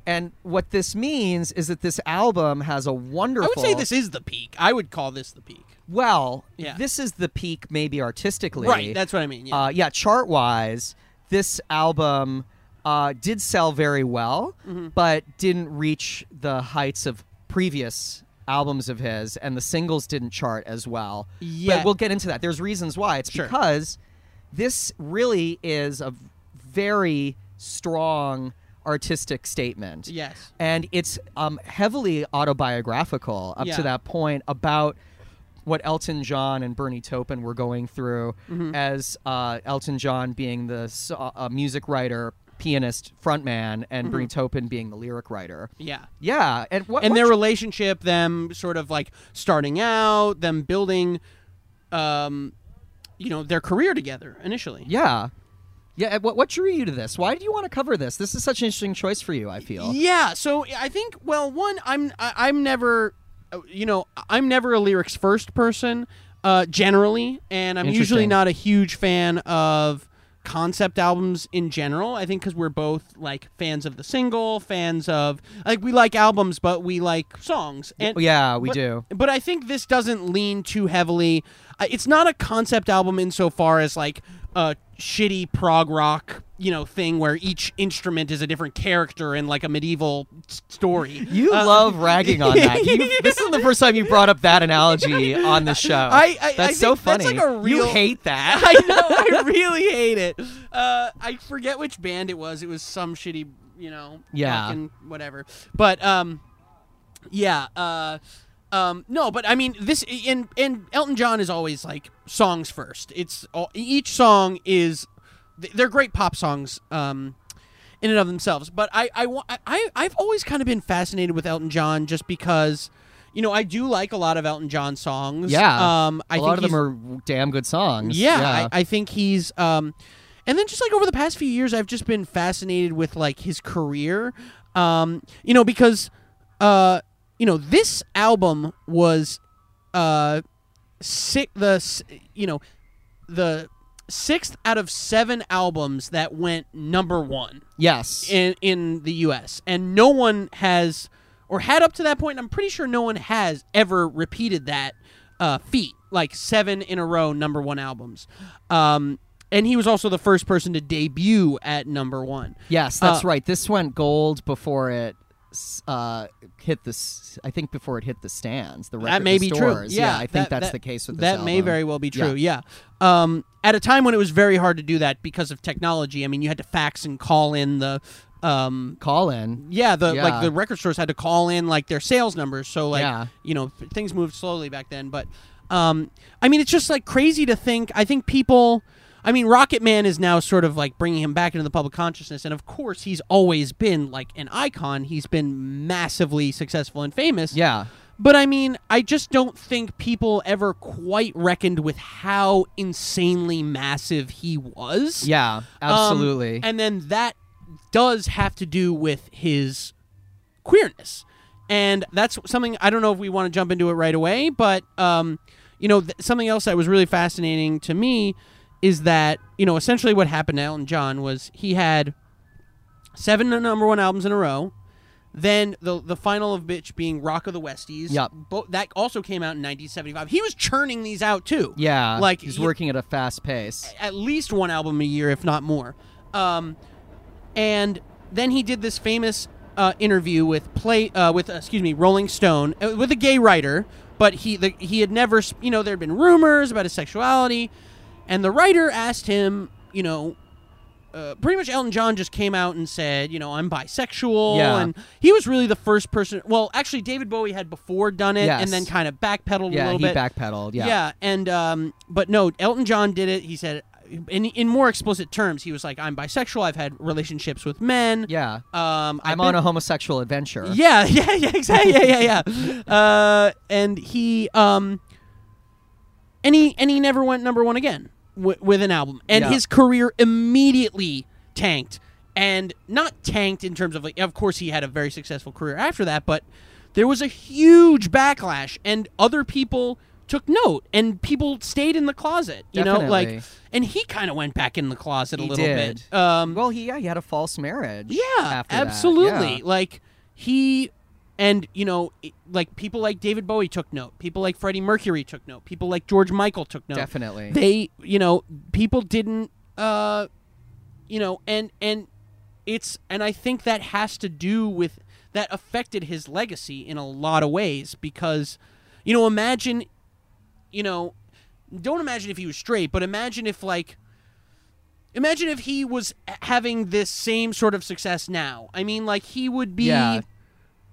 Speaker 1: And what this means is that this album has a
Speaker 3: I
Speaker 1: wonderful.
Speaker 3: would say this is the peak. I would call this the peak.
Speaker 1: Well,
Speaker 3: Yeah.
Speaker 1: this is the peak, maybe artistically.
Speaker 3: Right. That's what I mean. Yeah.
Speaker 1: uh, yeah, chart wise, this album uh, did sell very well,
Speaker 3: Mm-hmm.
Speaker 1: but didn't reach the heights of previous albums of his, and the singles didn't chart as well.
Speaker 3: Yeah.
Speaker 1: But we'll get into that. There's reasons why. It's
Speaker 3: Sure.
Speaker 1: because this really is a very strong artistic statement
Speaker 3: yes.
Speaker 1: and it's um, heavily autobiographical up
Speaker 3: Yeah.
Speaker 1: to that point about what Elton John and Bernie Taupin were going through
Speaker 3: Mm-hmm.
Speaker 1: as uh, Elton John being the so- uh, music writer, pianist, frontman,
Speaker 3: Mm-hmm.
Speaker 1: and Bernie Taupin being the lyric writer.
Speaker 3: Yeah.
Speaker 1: Yeah, and what
Speaker 3: And
Speaker 1: what
Speaker 3: their relationship, them sort of like starting out, them building, um, you know, their career together initially.
Speaker 1: yeah, yeah. and What what drew you to this? Why did you want to cover this? This is such an interesting choice for you. I feel.
Speaker 3: Yeah, so I think well, one, I'm I- I'm never, uh, you know, I'm never a lyrics first person, uh, generally, and I'm usually
Speaker 1: Interesting.
Speaker 3: not a huge fan of concept albums in general. I think because we're both like fans of the single, fans of like we like albums, but we like songs. And
Speaker 1: yeah, we
Speaker 3: but-
Speaker 1: do.
Speaker 3: But I think this doesn't lean too heavily. I- It's not a concept album insofar as like a shitty prog rock, you know, thing where each instrument is a different character in like a medieval s- story.
Speaker 1: You
Speaker 3: Uh,
Speaker 1: love ragging on that. You, this is the first time you brought up that analogy on the show.
Speaker 3: I- I- I
Speaker 1: that's so
Speaker 3: think that's
Speaker 1: funny.
Speaker 3: like a
Speaker 1: You
Speaker 3: real-
Speaker 1: hate that.
Speaker 3: I know. I really hate it. Uh, I forget which band it was. It was some shitty, you know,
Speaker 1: Yeah.
Speaker 3: fucking whatever. But um, yeah. Uh, um, no, but I mean this, and and Elton John is always like songs first. It's all, each song is th- they're great pop songs. Um. In and of themselves, but I, I, wa- I, I've always kind of been fascinated with Elton John just because, you know, I do like a lot of Elton John songs.
Speaker 1: yeah.
Speaker 3: um,
Speaker 1: a
Speaker 3: I think
Speaker 1: lot of
Speaker 3: he's-
Speaker 1: them are damn good songs.
Speaker 3: yeah, I, I think he's. Um, and then just like over the past few years, I've just been fascinated with like his career. Um, you know, because uh, you know this album was uh, sick. The s- you know the sixth out of seven albums that went number one
Speaker 1: yes.
Speaker 3: in in the U.S. and no one has or had up to that point. I'm pretty sure no one has ever repeated that uh, feat, like seven in a row number one albums. Um, and he was also the first person to debut at number one.
Speaker 1: yes, that's
Speaker 3: uh,
Speaker 1: right. This went gold before it s- uh, hit the. s- I think before it hit the stands, the record
Speaker 3: that may be true.
Speaker 1: stores.
Speaker 3: Yeah,
Speaker 1: I think
Speaker 3: that-
Speaker 1: that's
Speaker 3: that-
Speaker 1: the case with this
Speaker 3: that may
Speaker 1: album.
Speaker 3: very well be true. Yeah. Um, at a time when it was very hard to do that because of technology. I mean, you had to fax and call in the. Um,
Speaker 1: Call in.
Speaker 3: Yeah, the like
Speaker 1: Yeah.
Speaker 3: the record stores had to call in like their sales numbers, so like
Speaker 1: Yeah.
Speaker 3: you know th- things moved slowly back then. But um, I mean, it's just like crazy to think. I think people. I mean, Rocket Man is now sort of like bringing him back into the public consciousness, and of course, he's always been like an icon. He's been massively successful and famous.
Speaker 1: Yeah.
Speaker 3: But I mean, I just don't think people ever quite reckoned with how insanely massive he was.
Speaker 1: Yeah.
Speaker 3: Um,
Speaker 1: Absolutely.
Speaker 3: and then that does have to do with his queerness. And that's something I don't know if we want to jump into it right away, but um, you know, th- something else that was really fascinating to me is that, you know, essentially what happened to Elton John was he had seven number one albums in a row. Then the the final of bitch being Rock of the Westies.
Speaker 1: Yep.
Speaker 3: Bo- that also came out in 1975. He was churning these out too.
Speaker 1: yeah.
Speaker 3: like
Speaker 1: he's
Speaker 3: you-
Speaker 1: working at a fast pace.
Speaker 3: at least one album a year, if not more. Um, and then he did this famous uh, interview with play uh, with uh, excuse me Rolling Stone uh, with a gay writer, but he the, he had never s- you know there had been rumors about his sexuality, and the writer asked him you know. Uh, pretty much Elton John just came out and said, you know, I'm bisexual.
Speaker 1: Yeah.
Speaker 3: And he was really the first person. Well, actually, David Bowie had before done it
Speaker 1: Yes.
Speaker 3: and then kind of backpedaled a
Speaker 1: Yeah.
Speaker 3: little
Speaker 1: He
Speaker 3: bit.
Speaker 1: backpedaled.
Speaker 3: Yeah. and um, but no, Elton John did it. He said, in in more explicit terms, he was like, "I'm bisexual. I've had relationships with men.
Speaker 1: Yeah.
Speaker 3: um, I've
Speaker 1: I'm on
Speaker 3: been-
Speaker 1: a homosexual adventure.
Speaker 3: yeah, yeah, yeah, exactly, yeah, yeah, yeah." uh, and he um, and he and he never went number one again w- with an album, and
Speaker 1: Yeah.
Speaker 3: his career immediately tanked, and not tanked in terms of like, of course, he had a very successful career after that, but there was a huge backlash, and other people took note, and people stayed in the closet, you know, like,
Speaker 1: Definitely.
Speaker 3: and he kind of went back in the closet a
Speaker 1: He
Speaker 3: little
Speaker 1: did.
Speaker 3: bit. Um,
Speaker 1: Well, he yeah, he had a false marriage.
Speaker 3: yeah,
Speaker 1: after that.
Speaker 3: absolutely.
Speaker 1: Yeah.
Speaker 3: Like he and you know, it- like people like David Bowie took note. People like Freddie Mercury took note. People like George Michael took note.
Speaker 1: Definitely.
Speaker 3: They, you know, people didn't, uh, you know, and and it's and I think that has to do with that affected his legacy in a lot of ways because, you know, imagine, you know, don't imagine if he was straight, but imagine if like imagine if he was having this same sort of success now. I mean, like he would be,
Speaker 1: Yeah.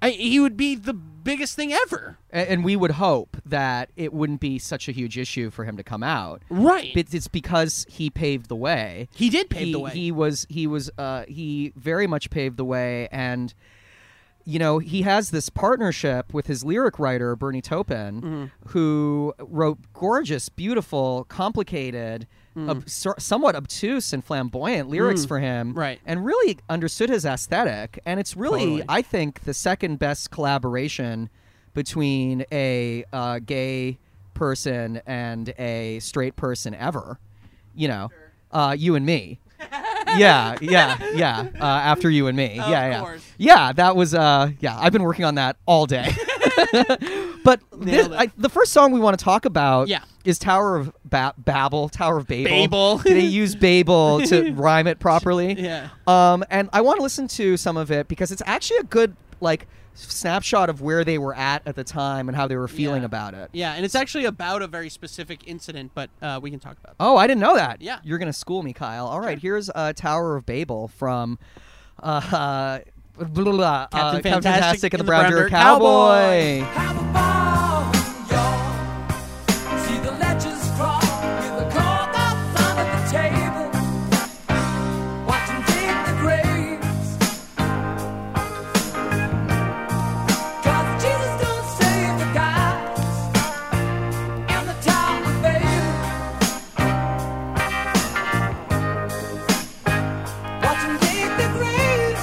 Speaker 3: I, he would be the biggest thing ever,
Speaker 1: A- and, we would hope that it wouldn't be such a huge issue for him to come out.
Speaker 3: right?
Speaker 1: But it's because he paved the way.
Speaker 3: he did pave
Speaker 1: he,
Speaker 3: the way.
Speaker 1: He was he was uh, he very much paved the way, and you know he has this partnership with his lyric writer Bernie Taupin,
Speaker 3: Mm-hmm.
Speaker 1: who wrote gorgeous, beautiful, complicated.
Speaker 3: Mm.
Speaker 1: ob- sor- somewhat obtuse and flamboyant lyrics for him,
Speaker 3: Right.
Speaker 1: And really understood his aesthetic. And it's really,
Speaker 3: Totally.
Speaker 1: I think, the second best collaboration between a uh, gay person and a straight person ever. You know, uh, you and me. yeah, yeah, yeah. Uh, after you and me.
Speaker 3: Of
Speaker 1: yeah, yeah.
Speaker 3: course.
Speaker 1: Yeah, that was uh yeah, I've been working on that all day. but this,
Speaker 3: Nailed it.
Speaker 1: I, the first song we want to talk about
Speaker 3: Yeah.
Speaker 1: is Tower of ba- Babel, Tower of Babel.
Speaker 3: Babel.
Speaker 1: they use Babel to rhyme it properly.
Speaker 3: Yeah.
Speaker 1: Um and I want to listen to some of it because it's actually a good like snapshot of where they were at at the time and how they were feeling
Speaker 3: Yeah.
Speaker 1: about it.
Speaker 3: Yeah, and it's actually about a very specific incident, but uh, we can talk about
Speaker 1: Oh, I didn't know that.
Speaker 3: Yeah.
Speaker 1: You're going to school me, Kyle. All right, here's uh, Tower of Babel from uh, uh, blah, blah, blah,
Speaker 3: Captain
Speaker 1: uh,
Speaker 3: Fantastic
Speaker 1: and the Brown Derrick Cowboy.
Speaker 6: Have a ball, y'all. See the ledges crawl with a cold up under the table. Watching dig the graves. Cause Jesus don't save the guys. And the town of Babel. Watching dig the graves.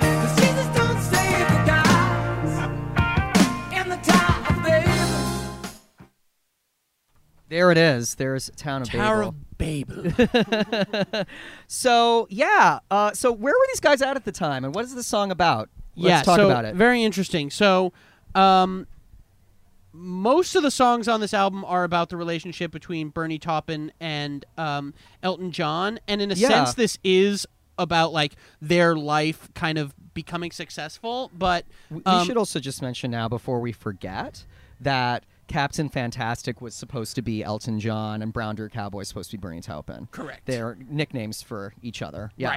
Speaker 6: Cause Jesus don't save the guys in the town of Babel.
Speaker 1: There it is. There's Town of
Speaker 3: it. Tower
Speaker 1: Babel.
Speaker 3: of Babel.
Speaker 1: so, yeah. Uh, so, where were these guys at at the time, and what is this song about? Let's
Speaker 3: yeah,
Speaker 1: talk
Speaker 3: so
Speaker 1: about it.
Speaker 3: Very interesting. So, um, most of the songs on this album are about the relationship between Bernie Taupin and um, Elton John, and in a
Speaker 1: Yeah.
Speaker 3: sense, this is about like their life kind of becoming successful. But
Speaker 1: We- we
Speaker 3: um,
Speaker 1: should also just mention now, before we forget, that Captain Fantastic was supposed to be Elton John, and Brown Derrick Cowboy is supposed to be Bernie Taupin.
Speaker 3: Correct.
Speaker 1: They're nicknames for each other. Yeah.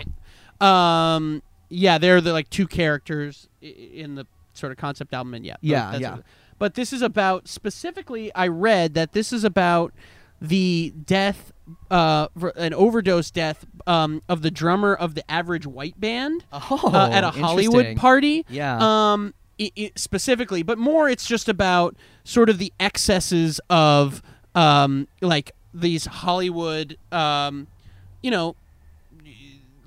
Speaker 3: Right. Um, yeah, they're the like two characters i- in the sort of concept album, and yeah,
Speaker 1: Yeah,
Speaker 3: that's
Speaker 1: yeah.
Speaker 3: what- But this is about specifically. I read that this is about the death, uh, ver- an overdose death um, of the drummer of the Average White Band
Speaker 1: Oh,
Speaker 3: uh, at a Hollywood
Speaker 1: interesting.
Speaker 3: party.
Speaker 1: Yeah.
Speaker 3: Um, i i specifically, but more, it's just about sort of the excesses of um, like these Hollywood, um, you know,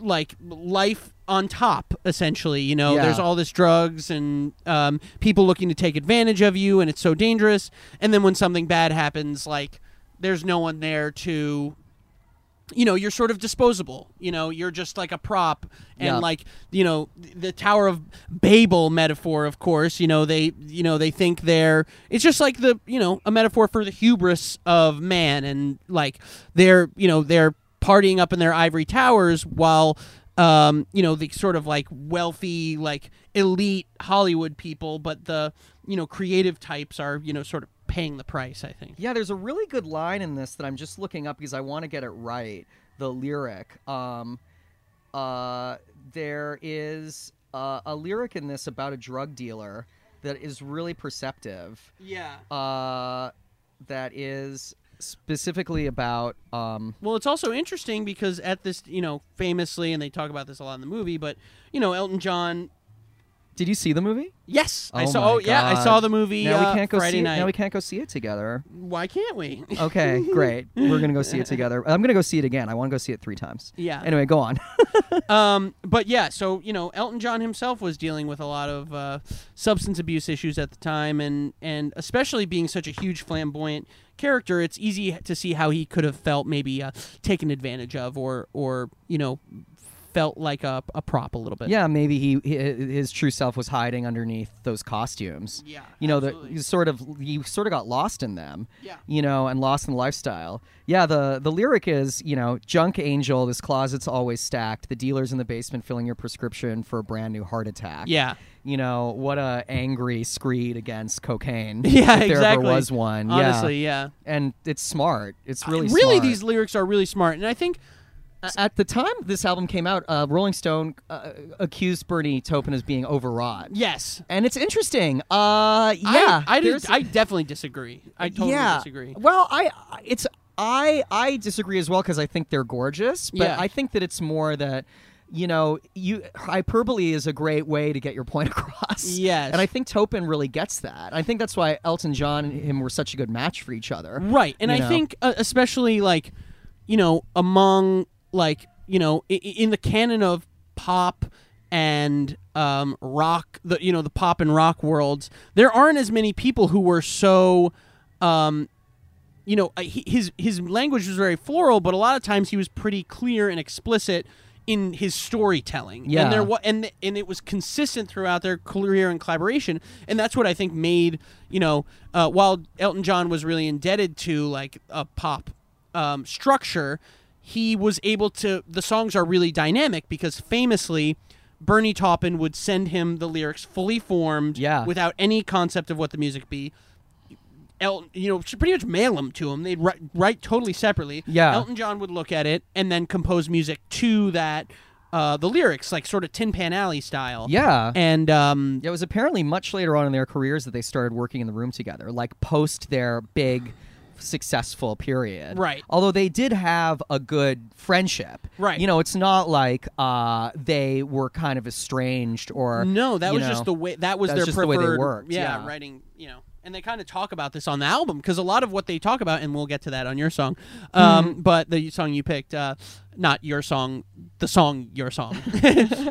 Speaker 3: like life on top essentially you know
Speaker 1: Yeah.
Speaker 3: there's all this drugs and um, people looking to take advantage of you and it's so dangerous and then when something bad happens like there's no one there to you know you're sort of disposable you know you're just like a prop and
Speaker 1: Yeah.
Speaker 3: like you know th- the tower of babel metaphor of course you know they you know they think they're it's just like the you know a metaphor for the hubris of man and like they're you know they're partying up in their ivory towers while um you know the sort of like wealthy like elite hollywood people but the you know creative types are you know sort of paying the price i think
Speaker 1: Yeah, there's a really good line in this that I'm just looking up because I want to get it right. The lyric. Um, uh, there is uh, a lyric in this about a drug dealer that is really perceptive.
Speaker 3: yeah
Speaker 1: Uh, that is specifically about. Um,
Speaker 3: Well, it's also interesting because at this, you know, famously, and they talk about this a lot in the movie, but you know, Elton John.
Speaker 1: Did you see the movie?
Speaker 3: Yes, I
Speaker 1: Oh
Speaker 3: saw.
Speaker 1: my
Speaker 3: oh, yeah, I
Speaker 1: God.
Speaker 3: saw the movie.
Speaker 1: now
Speaker 3: uh,
Speaker 1: we can't go
Speaker 3: Friday
Speaker 1: see
Speaker 3: night.
Speaker 1: it. Now we can't go see it together.
Speaker 3: Why can't we?
Speaker 1: Okay, great. We're gonna go see it together. I'm gonna go see it again. I want to go see it three times.
Speaker 3: Yeah.
Speaker 1: Anyway, go on.
Speaker 3: um, but yeah, so you know, Elton John himself was dealing with a lot of uh, substance abuse issues at the time, and and especially being such a huge flamboyant character, it's easy to see how he could have felt maybe uh, taken advantage of, or or you know, felt like a, a prop a little bit.
Speaker 1: Yeah, maybe he, he uh, his true self was hiding underneath those costumes.
Speaker 3: Yeah,
Speaker 1: you know, the
Speaker 3: absolutely.
Speaker 1: you sort of you sort of got lost in them.
Speaker 3: Yeah.
Speaker 1: you know, and lost in the lifestyle. Yeah, the the lyric is you know, junk angel, this closet's always stacked. The dealer's in the basement filling your prescription for a brand new heart attack.
Speaker 3: Yeah.
Speaker 1: you know what a angry screed against cocaine.
Speaker 3: Yeah,
Speaker 1: if there
Speaker 3: exactly.
Speaker 1: ever was one.
Speaker 3: Honestly, yeah.
Speaker 1: yeah, and it's smart. It's really
Speaker 3: really
Speaker 1: smart.
Speaker 3: these lyrics are really smart and i think
Speaker 1: Uh, At the time this album came out, uh, Rolling Stone uh, accused Bernie Taupin as being overwrought.
Speaker 3: yes
Speaker 1: and it's interesting. Uh,
Speaker 3: I-
Speaker 1: yeah,
Speaker 3: i, did-
Speaker 1: there's-
Speaker 3: I definitely disagree i totally
Speaker 1: yeah.
Speaker 3: disagree
Speaker 1: Well, I it's I I disagree as well because I think they're gorgeous, but
Speaker 3: Yeah.
Speaker 1: I think that it's more that you know you hyperbole is a great way to get your point across.
Speaker 3: Yes.
Speaker 1: and I think Topin really gets that. I think that's why Elton John and him were such a good match for each other.
Speaker 3: right and
Speaker 1: you
Speaker 3: i
Speaker 1: know?
Speaker 3: think uh, especially like you know among like you know I- i- in the canon of pop and um, rock the you know the pop and rock worlds there aren't as many people who were so um, you know, uh, he, his his language was very floral, but a lot of times he was pretty clear and explicit in his storytelling.
Speaker 1: Yeah.
Speaker 3: and there wa- and and it was consistent throughout their career and collaboration, and that's what I think made you know, uh, while Elton John was really indebted to like a pop um, structure, he was able to. The songs are really dynamic because famously. Bernie Taupin would send him the lyrics fully formed,
Speaker 1: Yeah.
Speaker 3: without any concept of what the music be. Elton, you know, should pretty much mail them to him. They'd write, write totally separately.
Speaker 1: Yeah.
Speaker 3: Elton John would look at it and then compose music to that, uh, the lyrics, like sort of Tin Pan Alley style.
Speaker 1: Yeah.
Speaker 3: And um,
Speaker 1: Yeah, it was apparently much later on in their careers that they started working in the room together, like post their big successful period.
Speaker 3: Right.
Speaker 1: Although they did have a good friendship.
Speaker 3: Right.
Speaker 1: You know, it's not like uh, they were kind of estranged or
Speaker 3: no, that
Speaker 1: you
Speaker 3: was
Speaker 1: know,
Speaker 3: just the way that was
Speaker 1: that's
Speaker 3: their
Speaker 1: just the
Speaker 3: preferred.
Speaker 1: way they worked,
Speaker 3: Yeah,
Speaker 1: yeah.
Speaker 3: writing. You know, and they kind of talk about this on the album because a lot of what they talk about, and we'll get to that on your song,
Speaker 1: Hmm.
Speaker 3: um, but the song you picked, uh, not your song, the song your song,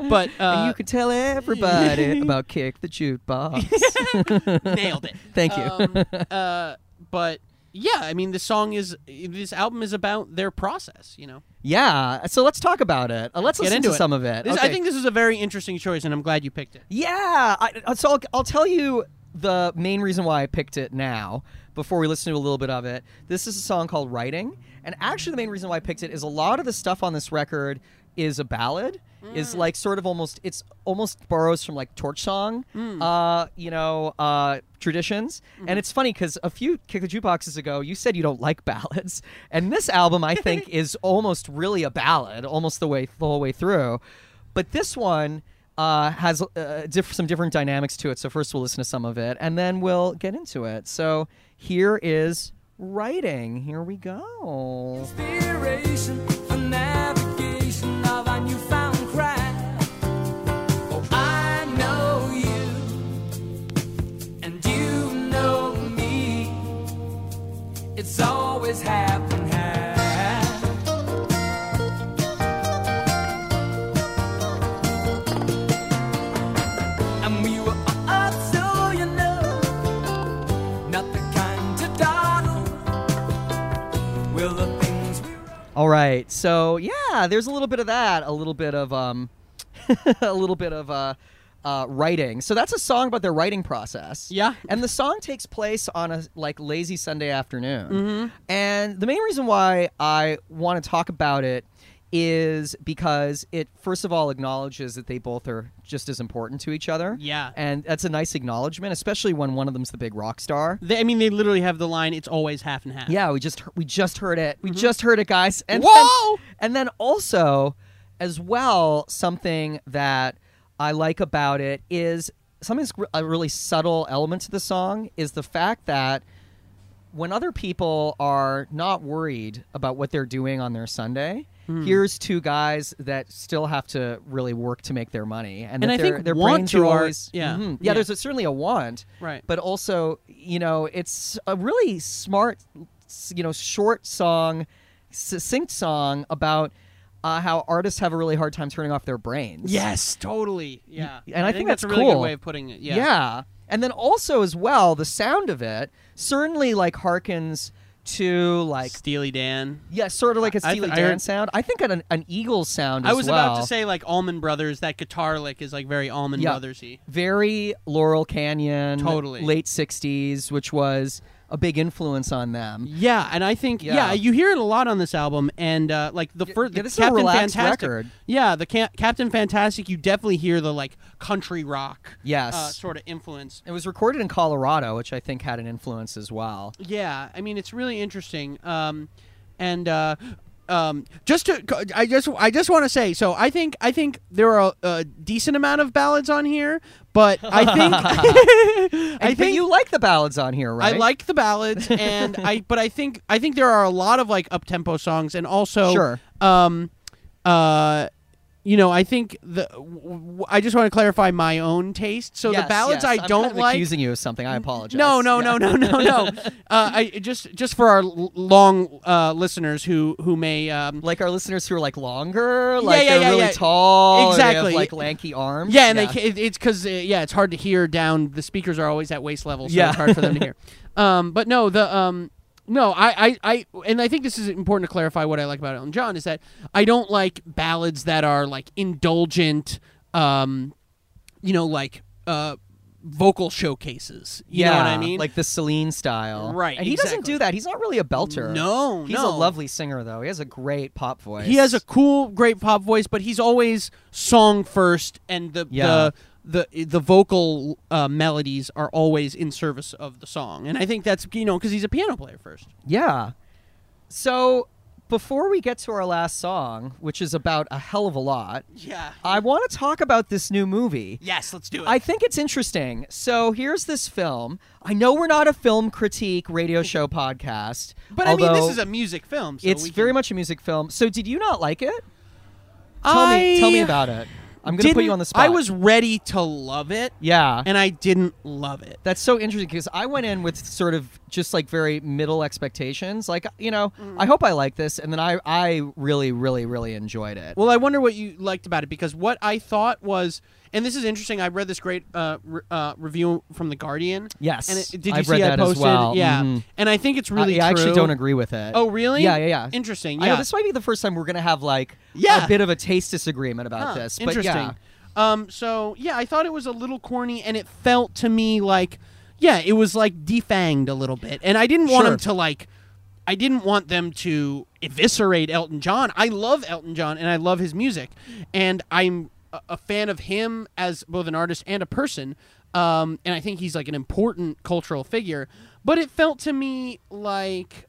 Speaker 3: but uh,
Speaker 1: and you could tell everybody about Kick the Jukebox.
Speaker 3: nailed it.
Speaker 1: Thank you.
Speaker 3: Um, uh, but yeah, I mean, the song is this album is about their process. You know,
Speaker 1: yeah. So let's talk about it. Uh, let's
Speaker 3: Get
Speaker 1: listen
Speaker 3: into
Speaker 1: to
Speaker 3: it.
Speaker 1: some of it.
Speaker 3: This- I
Speaker 1: Okay.
Speaker 3: think this is a very interesting choice, and I'm glad you picked it.
Speaker 1: Yeah. I, I- so I'll, I'll tell you the main reason why I picked it now before we listen to a little bit of it. This is a song called Writing. And actually, the main reason why I picked it is a lot of the stuff on this record is a ballad. Is like sort of almost it's almost borrows from like torch song, uh, you know, uh, traditions. And it's funny because a few kick the jukeboxes ago, you said you don't like ballads, and this album I think is almost really a ballad, almost the way the whole way through. But this one uh, has uh, diff- some different dynamics to it. So first we'll listen to some of it, and then we'll get into it. So here is writing. Here we go.
Speaker 6: inspiration for navigation of our newfound craft. Oh, I know you, and you know me. It's always happened. And we were up, so you know, not the kind to dawdle. Will the things we
Speaker 1: All right. So yeah, there's a little bit of that, a little bit of um, a little bit of uh, uh, writing. So that's a song about their writing process.
Speaker 3: Yeah.
Speaker 1: And the song takes place on a like lazy Sunday afternoon. And the main reason why I want to talk about it is because it first of all acknowledges that they both are just as important to each other.
Speaker 3: Yeah.
Speaker 1: And that's a nice acknowledgement, especially when one of them's the big rock star.
Speaker 3: They, I mean, they literally have the line "It's always half and half."
Speaker 1: Yeah, we just we just heard it. We just heard it, guys. And
Speaker 3: Mm-hmm. Whoa!
Speaker 1: Then, and then also, as well, something that I like about it is something that's a really subtle element to the song is the fact that when other people are not worried about what they're doing on their Sunday.
Speaker 3: Hmm.
Speaker 1: Here's two guys that still have to really work to make their money, and,
Speaker 3: And
Speaker 1: that
Speaker 3: I
Speaker 1: their,
Speaker 3: think
Speaker 1: their
Speaker 3: want
Speaker 1: brains
Speaker 3: to
Speaker 1: are
Speaker 3: are-
Speaker 1: always
Speaker 3: yeah.
Speaker 1: Mhm. yeah.
Speaker 3: Yeah.
Speaker 1: There's a, certainly a want,
Speaker 3: Right.
Speaker 1: But but also you know it's a really smart s- you know short song succinct song about uh, how artists have a really hard time turning off their brains
Speaker 3: Yes, totally. Yeah,
Speaker 1: and I think
Speaker 3: that's,
Speaker 1: that's
Speaker 3: a really
Speaker 1: cool.
Speaker 3: good way of putting it. Yeah.
Speaker 1: and then also as well the sound of it certainly like harkens to like
Speaker 3: Steely Dan.
Speaker 1: yeah sort of like a
Speaker 3: I- I
Speaker 1: steely
Speaker 3: heard-
Speaker 1: dan sound i think an, an eagles sound
Speaker 3: I
Speaker 1: as
Speaker 3: was about
Speaker 1: well.
Speaker 3: to say like Almond Brothers. That guitar lick is like very Almond
Speaker 1: Yeah.
Speaker 3: Brothersy.
Speaker 1: very laurel canyon
Speaker 3: Totally.
Speaker 1: late 60s which was a big influence on them
Speaker 3: Yeah, and I think yeah.
Speaker 1: Yeah.
Speaker 3: you hear it a lot on this album, and uh, like the first,
Speaker 1: yeah,
Speaker 3: the
Speaker 1: this is a
Speaker 3: Captain
Speaker 1: relaxed
Speaker 3: Fantastic,
Speaker 1: record.
Speaker 3: yeah, the ca- Captain Fantastic, you definitely hear the like country rock,
Speaker 1: Yes.
Speaker 3: uh, sort of influence.
Speaker 1: It was recorded in Colorado, which I think had an influence as well.
Speaker 3: Yeah, I mean it's really interesting, um, and uh, um, just to, I just, I just want to say, so I think, I think there are a, a decent amount of ballads on here, but I think, I
Speaker 1: I think
Speaker 3: think
Speaker 1: you like the ballads on here, right?
Speaker 3: I like the ballads, and I but I think I think there are a lot of like up tempo songs, and also
Speaker 1: Sure.
Speaker 3: um, uh, you know, I think the w- w- I just want to clarify my own taste. So
Speaker 1: Yes,
Speaker 3: the ballads
Speaker 1: yes.
Speaker 3: I
Speaker 1: I'm kind
Speaker 3: don't
Speaker 1: of
Speaker 3: like.
Speaker 1: Accusing you of something, I apologize.
Speaker 3: No, no, no, no, no, no. Uh, I just just for our l- long uh, listeners who who may um,
Speaker 1: Like our listeners who are like longer, like
Speaker 3: yeah,
Speaker 1: they're
Speaker 3: yeah,
Speaker 1: really
Speaker 3: yeah.
Speaker 1: tall, and they have,
Speaker 3: Exactly.
Speaker 1: like lanky arms.
Speaker 3: Yeah, and they ca- it, it's because uh, yeah, it's hard to hear down. The speakers are always at waist level, so
Speaker 1: Yeah.
Speaker 3: it's hard for them to hear. Um, but no, the um, No, I, I, I, and I think this is important to clarify what I like about Elton John is that I don't like ballads that are like indulgent, um, you know, like uh, vocal showcases. You
Speaker 1: yeah,
Speaker 3: know what I mean?
Speaker 1: Like the Celine style.
Speaker 3: Right,
Speaker 1: And he doesn't
Speaker 3: exactly.
Speaker 1: do that. He's not really a belter.
Speaker 3: No,
Speaker 1: He's
Speaker 3: no.
Speaker 1: a lovely singer, though. He has a great pop voice.
Speaker 3: he has a cool, great pop voice, but he's always song first, and the
Speaker 1: Yeah.
Speaker 3: the the the vocal uh, melodies are always in service of the song, and I think that's you know because he's a piano player first.
Speaker 1: Yeah. So before we get to our last song, which is about a hell of a lot,
Speaker 3: Yeah.
Speaker 1: I want to talk about this new movie.
Speaker 3: Yes, let's do it.
Speaker 1: I think it's interesting. So here's this film. I know we're not a film critique radio show podcast,
Speaker 3: but I mean, this
Speaker 1: although
Speaker 3: is a music film. So
Speaker 1: it's
Speaker 3: we can-
Speaker 1: very much a music film. So did you not like it? Tell me, tell me
Speaker 3: I
Speaker 1: about it. I'm gonna put
Speaker 3: didn't-
Speaker 1: you on the spot.
Speaker 3: I was ready to love it,
Speaker 1: yeah.
Speaker 3: and I didn't love it.
Speaker 1: That's so interesting because I went in with sort of just like very middle expectations. Like, you know,
Speaker 3: Mm.
Speaker 1: I hope I like this. And then I, I really, really, really enjoyed it.
Speaker 3: Well, I wonder what you liked about it because what I thought was, and this is interesting. I read this great uh, re- uh, review from the Guardian.
Speaker 1: Yes,
Speaker 3: and it, did you
Speaker 1: I've
Speaker 3: see
Speaker 1: read
Speaker 3: I
Speaker 1: that as
Speaker 3: posted?
Speaker 1: well.
Speaker 3: Yeah,
Speaker 1: Mhm.
Speaker 3: and I think it's
Speaker 1: I-
Speaker 3: really.
Speaker 1: I, actually
Speaker 3: true.
Speaker 1: don't agree with it.
Speaker 3: Oh, really?
Speaker 1: Yeah, yeah, yeah.
Speaker 3: Interesting.
Speaker 1: I
Speaker 3: Yeah,
Speaker 1: know this might be the first time we're going to have like
Speaker 3: Yeah.
Speaker 1: a bit of a taste disagreement about
Speaker 3: Huh,
Speaker 1: this. But
Speaker 3: Interesting.
Speaker 1: yeah.
Speaker 3: Um. So yeah, I thought it was a little corny, and it felt to me like, yeah, it was like defanged a little bit, and I didn't want
Speaker 1: Sure.
Speaker 3: them to like, I didn't want them to eviscerate Elton John. I love Elton John, and I love his music, and I'm a- a fan of him as both an artist and a person. Um, and I think he's like an important cultural figure, but it felt to me like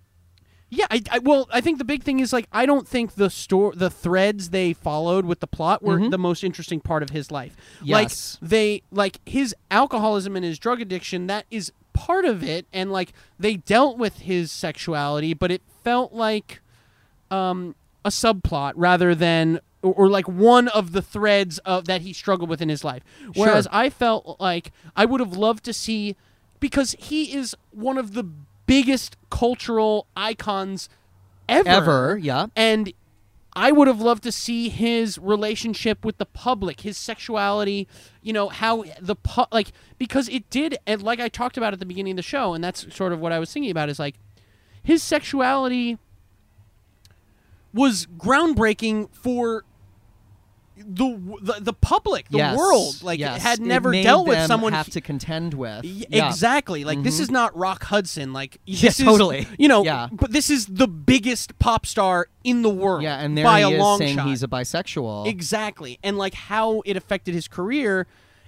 Speaker 3: yeah, I, I well, I think the big thing is like I don't think the store the threads they followed with the plot were the most interesting part of his life.
Speaker 1: Yes.
Speaker 3: Like they like his alcoholism and his drug addiction that is part of it and like they dealt with his sexuality, but it felt like um a subplot rather than or, or like one of the threads of that he struggled with in his life. Whereas I felt like I would have loved to see because he is one of the biggest cultural icons ever.
Speaker 1: Ever, yeah.
Speaker 3: And I would have loved to see his relationship with the public, his sexuality, you know, how the pu- like because it did and like I talked about at the beginning of the show and that's sort of what I was thinking about is like his sexuality was groundbreaking for the the, the public, the
Speaker 1: Yes,
Speaker 3: world. Like
Speaker 1: yes.
Speaker 3: had
Speaker 1: It
Speaker 3: never
Speaker 1: made
Speaker 3: dealt with
Speaker 1: them
Speaker 3: someone
Speaker 1: have
Speaker 3: hu-
Speaker 1: to contend with.
Speaker 3: Y-
Speaker 1: Yeah. Mm-hmm.
Speaker 3: Exactly. Like this is not Rock Hudson. Like this is
Speaker 1: totally.
Speaker 3: You know,
Speaker 1: Yeah.
Speaker 3: but this is the biggest pop star in the world.
Speaker 1: Yeah, and there
Speaker 3: by
Speaker 1: he
Speaker 3: a
Speaker 1: is
Speaker 3: long
Speaker 1: saying
Speaker 3: shot.
Speaker 1: he's a bisexual.
Speaker 3: Exactly. And like how it affected his career.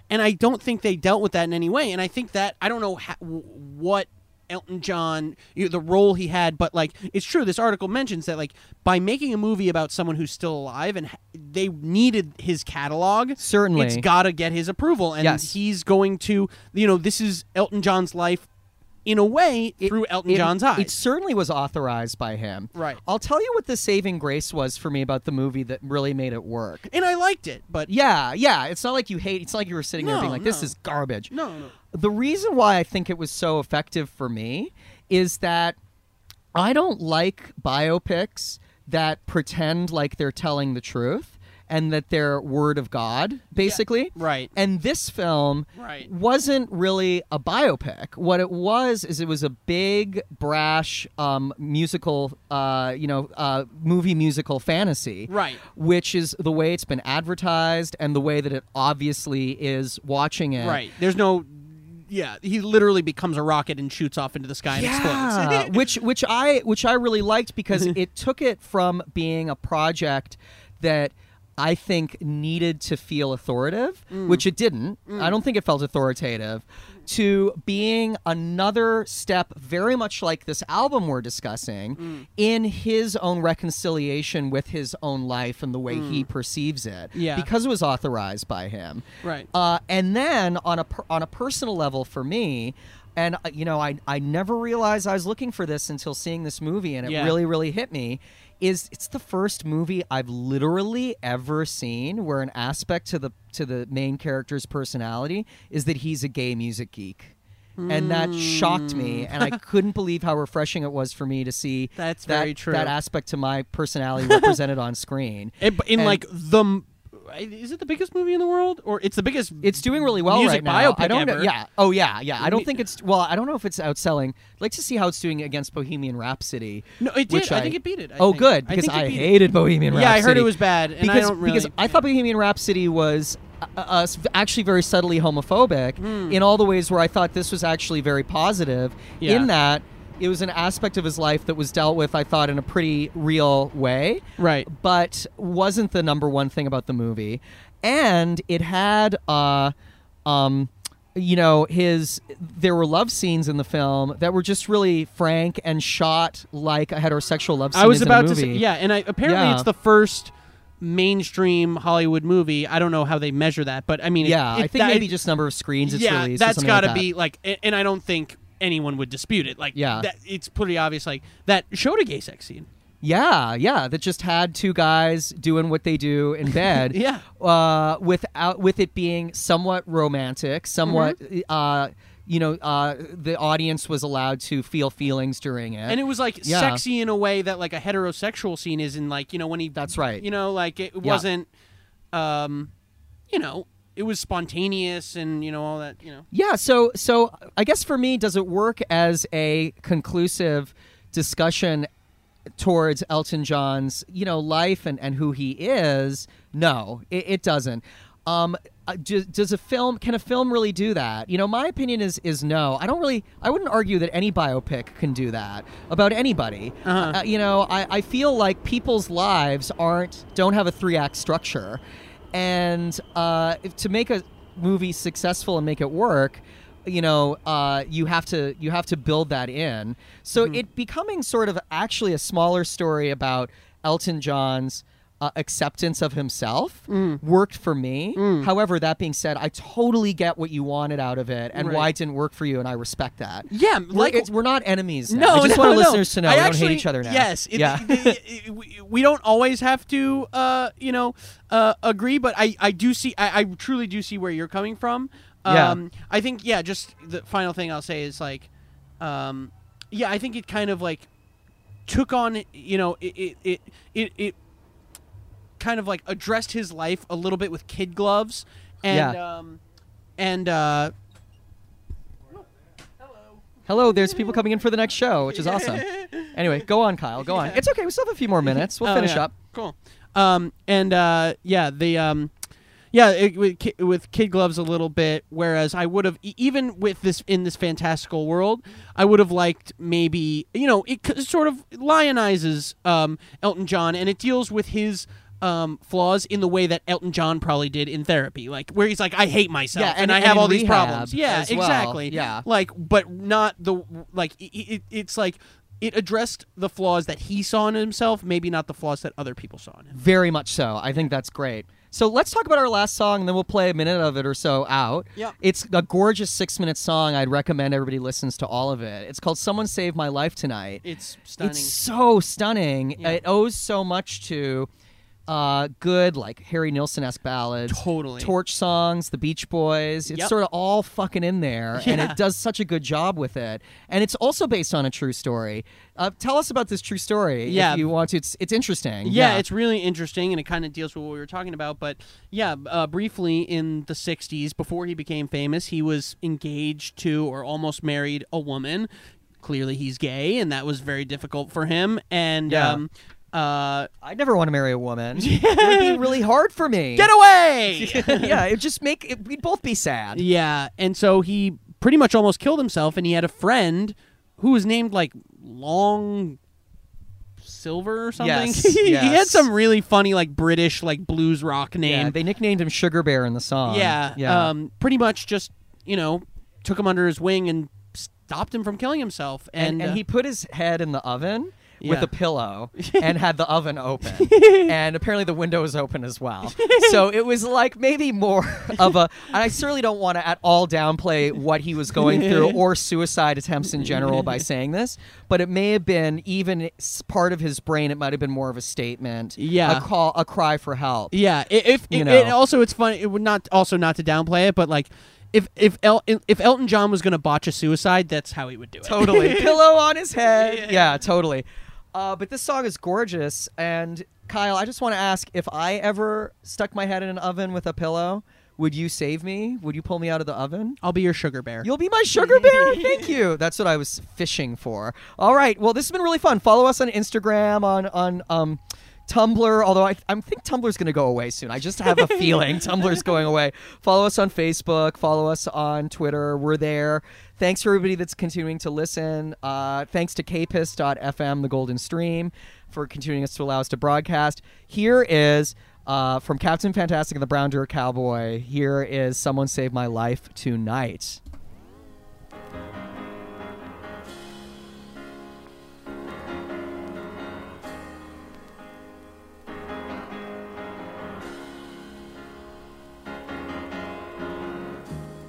Speaker 3: And I don't think they dealt with that in any way. And I think that, I don't know ha- w- what Elton John, you know, the role he had, but like, it's true. This article mentions that, like, by making a movie about someone who's still alive and ha- they needed his catalog,
Speaker 1: Certainly.
Speaker 3: it's got to get his approval. And
Speaker 1: Yes.
Speaker 3: he's going to, you know, this is Elton John's life in a way through Elton
Speaker 1: it-
Speaker 3: John's eyes.
Speaker 1: It certainly was authorized by him.
Speaker 3: Right.
Speaker 1: I'll tell you what the saving grace was for me about the movie that really made it work.
Speaker 3: and I liked it, but
Speaker 1: Yeah, yeah. It's not like you hate. It's not like you were sitting there
Speaker 3: No,
Speaker 1: being like, "This
Speaker 3: no.
Speaker 1: is garbage."
Speaker 3: no, no.
Speaker 1: The reason why I think it was so effective for me is that I don't like biopics that pretend like they're telling the truth and that they're word of God, basically.
Speaker 3: right.
Speaker 1: And this film
Speaker 3: Right.
Speaker 1: wasn't really a biopic. What it was is it was a big, brash um, musical, uh, you know, uh, movie musical fantasy.
Speaker 3: Right.
Speaker 1: Which is the way it's been advertised and the way that it obviously is watching it.
Speaker 3: Right. There's no. Yeah, he literally becomes a rocket and shoots off into the sky and
Speaker 1: Yeah,
Speaker 3: explodes.
Speaker 1: which which I which I really liked because it took it from being a project that I think needed to feel authoritative, which it didn't. I don't think it felt authoritative. To being another step, very much like this album we're discussing, in his own reconciliation with his own life and the way he perceives it,
Speaker 3: Yeah.
Speaker 1: because it was authorized by him,
Speaker 3: Right.
Speaker 1: uh, and then on a per- on a personal level for me, and uh, you know, I I never realized I was looking for this until seeing this movie, and it
Speaker 3: Yeah.
Speaker 1: really really hit me. Is it's the first movie I've literally ever seen where an aspect to the to the main character's personality is that he's a gay music geek. And that shocked me, and I couldn't believe how refreshing it was for me to see
Speaker 3: Hmm. That's
Speaker 1: that,
Speaker 3: very true.
Speaker 1: that aspect to my personality represented on screen.
Speaker 3: And- but in
Speaker 1: And-
Speaker 3: like the m- is it the biggest movie in the world or it's the biggest?
Speaker 1: It's doing really well right
Speaker 3: music
Speaker 1: now.
Speaker 3: biopic
Speaker 1: I don't know.
Speaker 3: ever.
Speaker 1: Yeah. Oh yeah. Yeah. I don't
Speaker 3: Me-
Speaker 1: think it's well. I don't know if it's outselling. I'd like to see how it's doing against Bohemian Rhapsody.
Speaker 3: No, it
Speaker 1: which
Speaker 3: did. I, think it beat it. I
Speaker 1: oh,
Speaker 3: think.
Speaker 1: good because
Speaker 3: think it
Speaker 1: I,
Speaker 3: beat it.
Speaker 1: hated Bohemian Rhapsody.
Speaker 3: Yeah, I heard it was bad, and
Speaker 1: because
Speaker 3: I don't really.
Speaker 1: because I thought Bohemian Rhapsody was uh, uh, uh, s- actually very subtly homophobic
Speaker 3: Hmm.
Speaker 1: in all the ways where I thought this was actually very positive.
Speaker 3: Yeah.
Speaker 1: In that it was an aspect of his life that was dealt with, I thought, in a pretty real way
Speaker 3: Right.
Speaker 1: but wasn't the number one thing about the movie. And it had, uh, um, you know, his. There were love scenes in the film that were just really frank and shot like a heterosexual love scene.
Speaker 3: I was
Speaker 1: is
Speaker 3: about
Speaker 1: in a
Speaker 3: to
Speaker 1: movie.
Speaker 3: say, yeah, and I, apparently
Speaker 1: Yeah.
Speaker 3: it's the first mainstream Hollywood movie. I don't know how they measure that, but I mean, it-
Speaker 1: yeah.
Speaker 3: it-
Speaker 1: I think
Speaker 3: that-
Speaker 1: maybe just number of screens it's
Speaker 3: yeah,
Speaker 1: released. or
Speaker 3: that's
Speaker 1: something
Speaker 3: got to
Speaker 1: like that.
Speaker 3: be like, a- and I don't think anyone would dispute it. Like,
Speaker 1: Yeah.
Speaker 3: that, it's pretty obvious. Like that showed a gay sex scene.
Speaker 1: Yeah, yeah. That just had two guys doing what they do in bed.
Speaker 3: Yeah.
Speaker 1: Uh, without with it being somewhat romantic, somewhat.
Speaker 3: Mm-hmm.
Speaker 1: Uh, you know, uh, the audience was allowed to feel feelings during it.
Speaker 3: And it was like
Speaker 1: Yeah.
Speaker 3: sexy in a way that like a heterosexual scene is in like, you know, when he
Speaker 1: That's right.
Speaker 3: You know, like it wasn't um you know, it was spontaneous and you know all that, you know.
Speaker 1: Yeah, so so I guess for me, does it work as a conclusive discussion towards Elton John's you know life and and who he is? No, it, it doesn't. Um, uh, do- does a film can a film really do that? You know, my opinion is is no. I don't really. I wouldn't argue that any biopic can do that about anybody.
Speaker 3: Uh-huh.
Speaker 1: Uh, you know, I, I feel like people's lives aren't don't have a three act structure, and uh, if- to make a movie successful and make it work, you know, uh, you have to you have to build that in. So
Speaker 3: Mm-hmm.
Speaker 1: it becoming sort of actually a smaller story about Elton John's. Uh, acceptance of himself
Speaker 3: Mm.
Speaker 1: worked for me. However, that being said, I totally get what you wanted out of it and
Speaker 3: Right.
Speaker 1: why it didn't work for you, and I respect that.
Speaker 3: Yeah,
Speaker 1: We're-
Speaker 3: like-
Speaker 1: it's, we're not enemies. Now.
Speaker 3: No,
Speaker 1: I just
Speaker 3: no,
Speaker 1: want
Speaker 3: no.
Speaker 1: listeners to know
Speaker 3: I
Speaker 1: we
Speaker 3: actually,
Speaker 1: don't hate each other now.
Speaker 3: Yes, it,
Speaker 1: yeah.
Speaker 3: it- it- it- we- we don't always have to, uh, you know, uh, agree. But I, I do see, I, I truly do see where you're coming from.
Speaker 1: Yeah.
Speaker 3: Um, I think, yeah. Just the final thing I'll say is like, um, yeah, I think it kind of like took on, you know, it, it, it, it, it kind of like addressed his life a little bit with kid gloves, and,
Speaker 1: Yeah.
Speaker 3: um, and. Uh,
Speaker 1: Hello, there's people coming in for the next show, which is awesome. Anyway, go on, Kyle. Go on. It's okay. We still have a few more minutes. We'll
Speaker 3: Oh,
Speaker 1: finish
Speaker 3: yeah.
Speaker 1: up.
Speaker 3: Cool. Um, and uh, yeah, the um, yeah it, with, ki- with kid gloves a little bit. Whereas I would have e- even with this in this fantastical world, I would have liked maybe you know it c- sort of lionizes um, Elton John and it deals with his. Um, flaws in the way that Elton John probably did in therapy, like where he's like, "I hate myself
Speaker 1: Yeah,
Speaker 3: and,
Speaker 1: and-
Speaker 3: I
Speaker 1: and
Speaker 3: have
Speaker 1: in
Speaker 3: all these
Speaker 1: rehab
Speaker 3: problems." Yeah,
Speaker 1: as well.
Speaker 3: exactly.
Speaker 1: Yeah.
Speaker 3: like, but not the like. It, it, it's like it addressed the flaws that he saw in himself, maybe not the flaws that other people saw in him.
Speaker 1: Very much so. I think that's great. So let's talk about our last song, and then we'll play a minute of it or so out.
Speaker 3: Yep.
Speaker 1: It's a gorgeous six-minute song. I'd recommend everybody listens to all of it. It's called "Someone Save My Life Tonight."
Speaker 3: It's stunning.
Speaker 1: It's so stunning. It owes so much to uh, good, like Harry Nilsson esque ballads,
Speaker 3: Totally.
Speaker 1: torch songs, the Beach Boys. It's
Speaker 3: Yep.
Speaker 1: sort of all fucking in there, and
Speaker 3: Yeah.
Speaker 1: it does such a good job with it. And it's also based on a true story. Uh, tell us about this true story,
Speaker 3: Yeah.
Speaker 1: if you want to. It's it's interesting.
Speaker 3: yeah, it's really interesting, and it kind of deals with what we were talking about. But yeah, uh, briefly in the '60s, before he became famous, he was engaged to or almost married a woman. Clearly, he's gay, and that was very difficult for him. And
Speaker 1: Yeah.
Speaker 3: um, uh,
Speaker 1: I never want to marry a woman. it would be really hard for me.
Speaker 3: get away.
Speaker 1: yeah, it just make it, we'd both be sad.
Speaker 3: Yeah, and so he pretty much almost killed himself, and he had a friend who was named like Long Silver or something.
Speaker 1: Yes,
Speaker 3: he had
Speaker 1: yes.
Speaker 3: some really funny like British like blues rock
Speaker 1: Yeah,
Speaker 3: name.
Speaker 1: they nicknamed him Sugar Bear in the song.
Speaker 3: yeah,
Speaker 1: yeah.
Speaker 3: Um, pretty much just you know took him under his wing and stopped him from killing himself,
Speaker 1: and,
Speaker 3: and,
Speaker 1: and
Speaker 3: uh,
Speaker 1: he put his head in the oven
Speaker 3: Yeah.
Speaker 1: with a pillow and had the oven open and apparently the window was open as well so it was like maybe more of a and i certainly don't want to at all downplay what he was going through or suicide attempts in general by saying this but it may have been even s- part of his brain it might have been more of a statement
Speaker 3: Yeah.
Speaker 1: a call a cry for help
Speaker 3: Yeah, i- if
Speaker 1: You
Speaker 3: it-
Speaker 1: know.
Speaker 3: it also it's funny. It would not also not to downplay it, but like if if El, if Elton John was going to botch a suicide, that's how he would do it.
Speaker 1: totally pillow on his head yeah, totally Uh, but this song is gorgeous. And Kyle, I just want to ask if I ever stuck my head in an oven with a pillow, would you save me? Would you pull me out of the oven?
Speaker 3: I'll be your sugar bear.
Speaker 1: You'll be my sugar bear. Thank you. That's what I was fishing for. All right. Well, this has been really fun. Follow us on Instagram, on on um, Tumblr. Although I, I think Tumblr's going to go away soon. I just have a feeling Tumblr's going away. Follow us on Facebook. Follow us on Twitter. We're there. Thanks for everybody that's continuing to listen. Uh, thanks to kpiss.fm, the golden stream, for continuing us to allow us to broadcast. Here is uh, from Captain Fantastic and the Brown Deer Cowboy. Here is Someone Save My Life Tonight.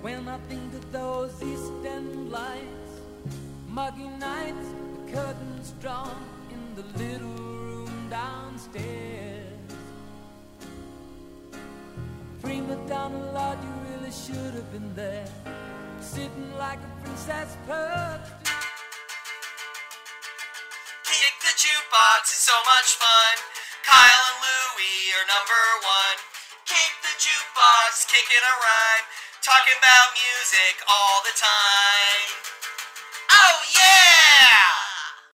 Speaker 6: When I think of those eastern lights, muggy nights, the curtains drawn in the little room downstairs. Prima donna, Lord, you really should have been there, sitting like a princess perched.
Speaker 2: Kick the jukebox is so much fun. Kyle and Louie are number one. Kick the jukebox, kicking a rhyme, talking about music all the time. Oh yeah!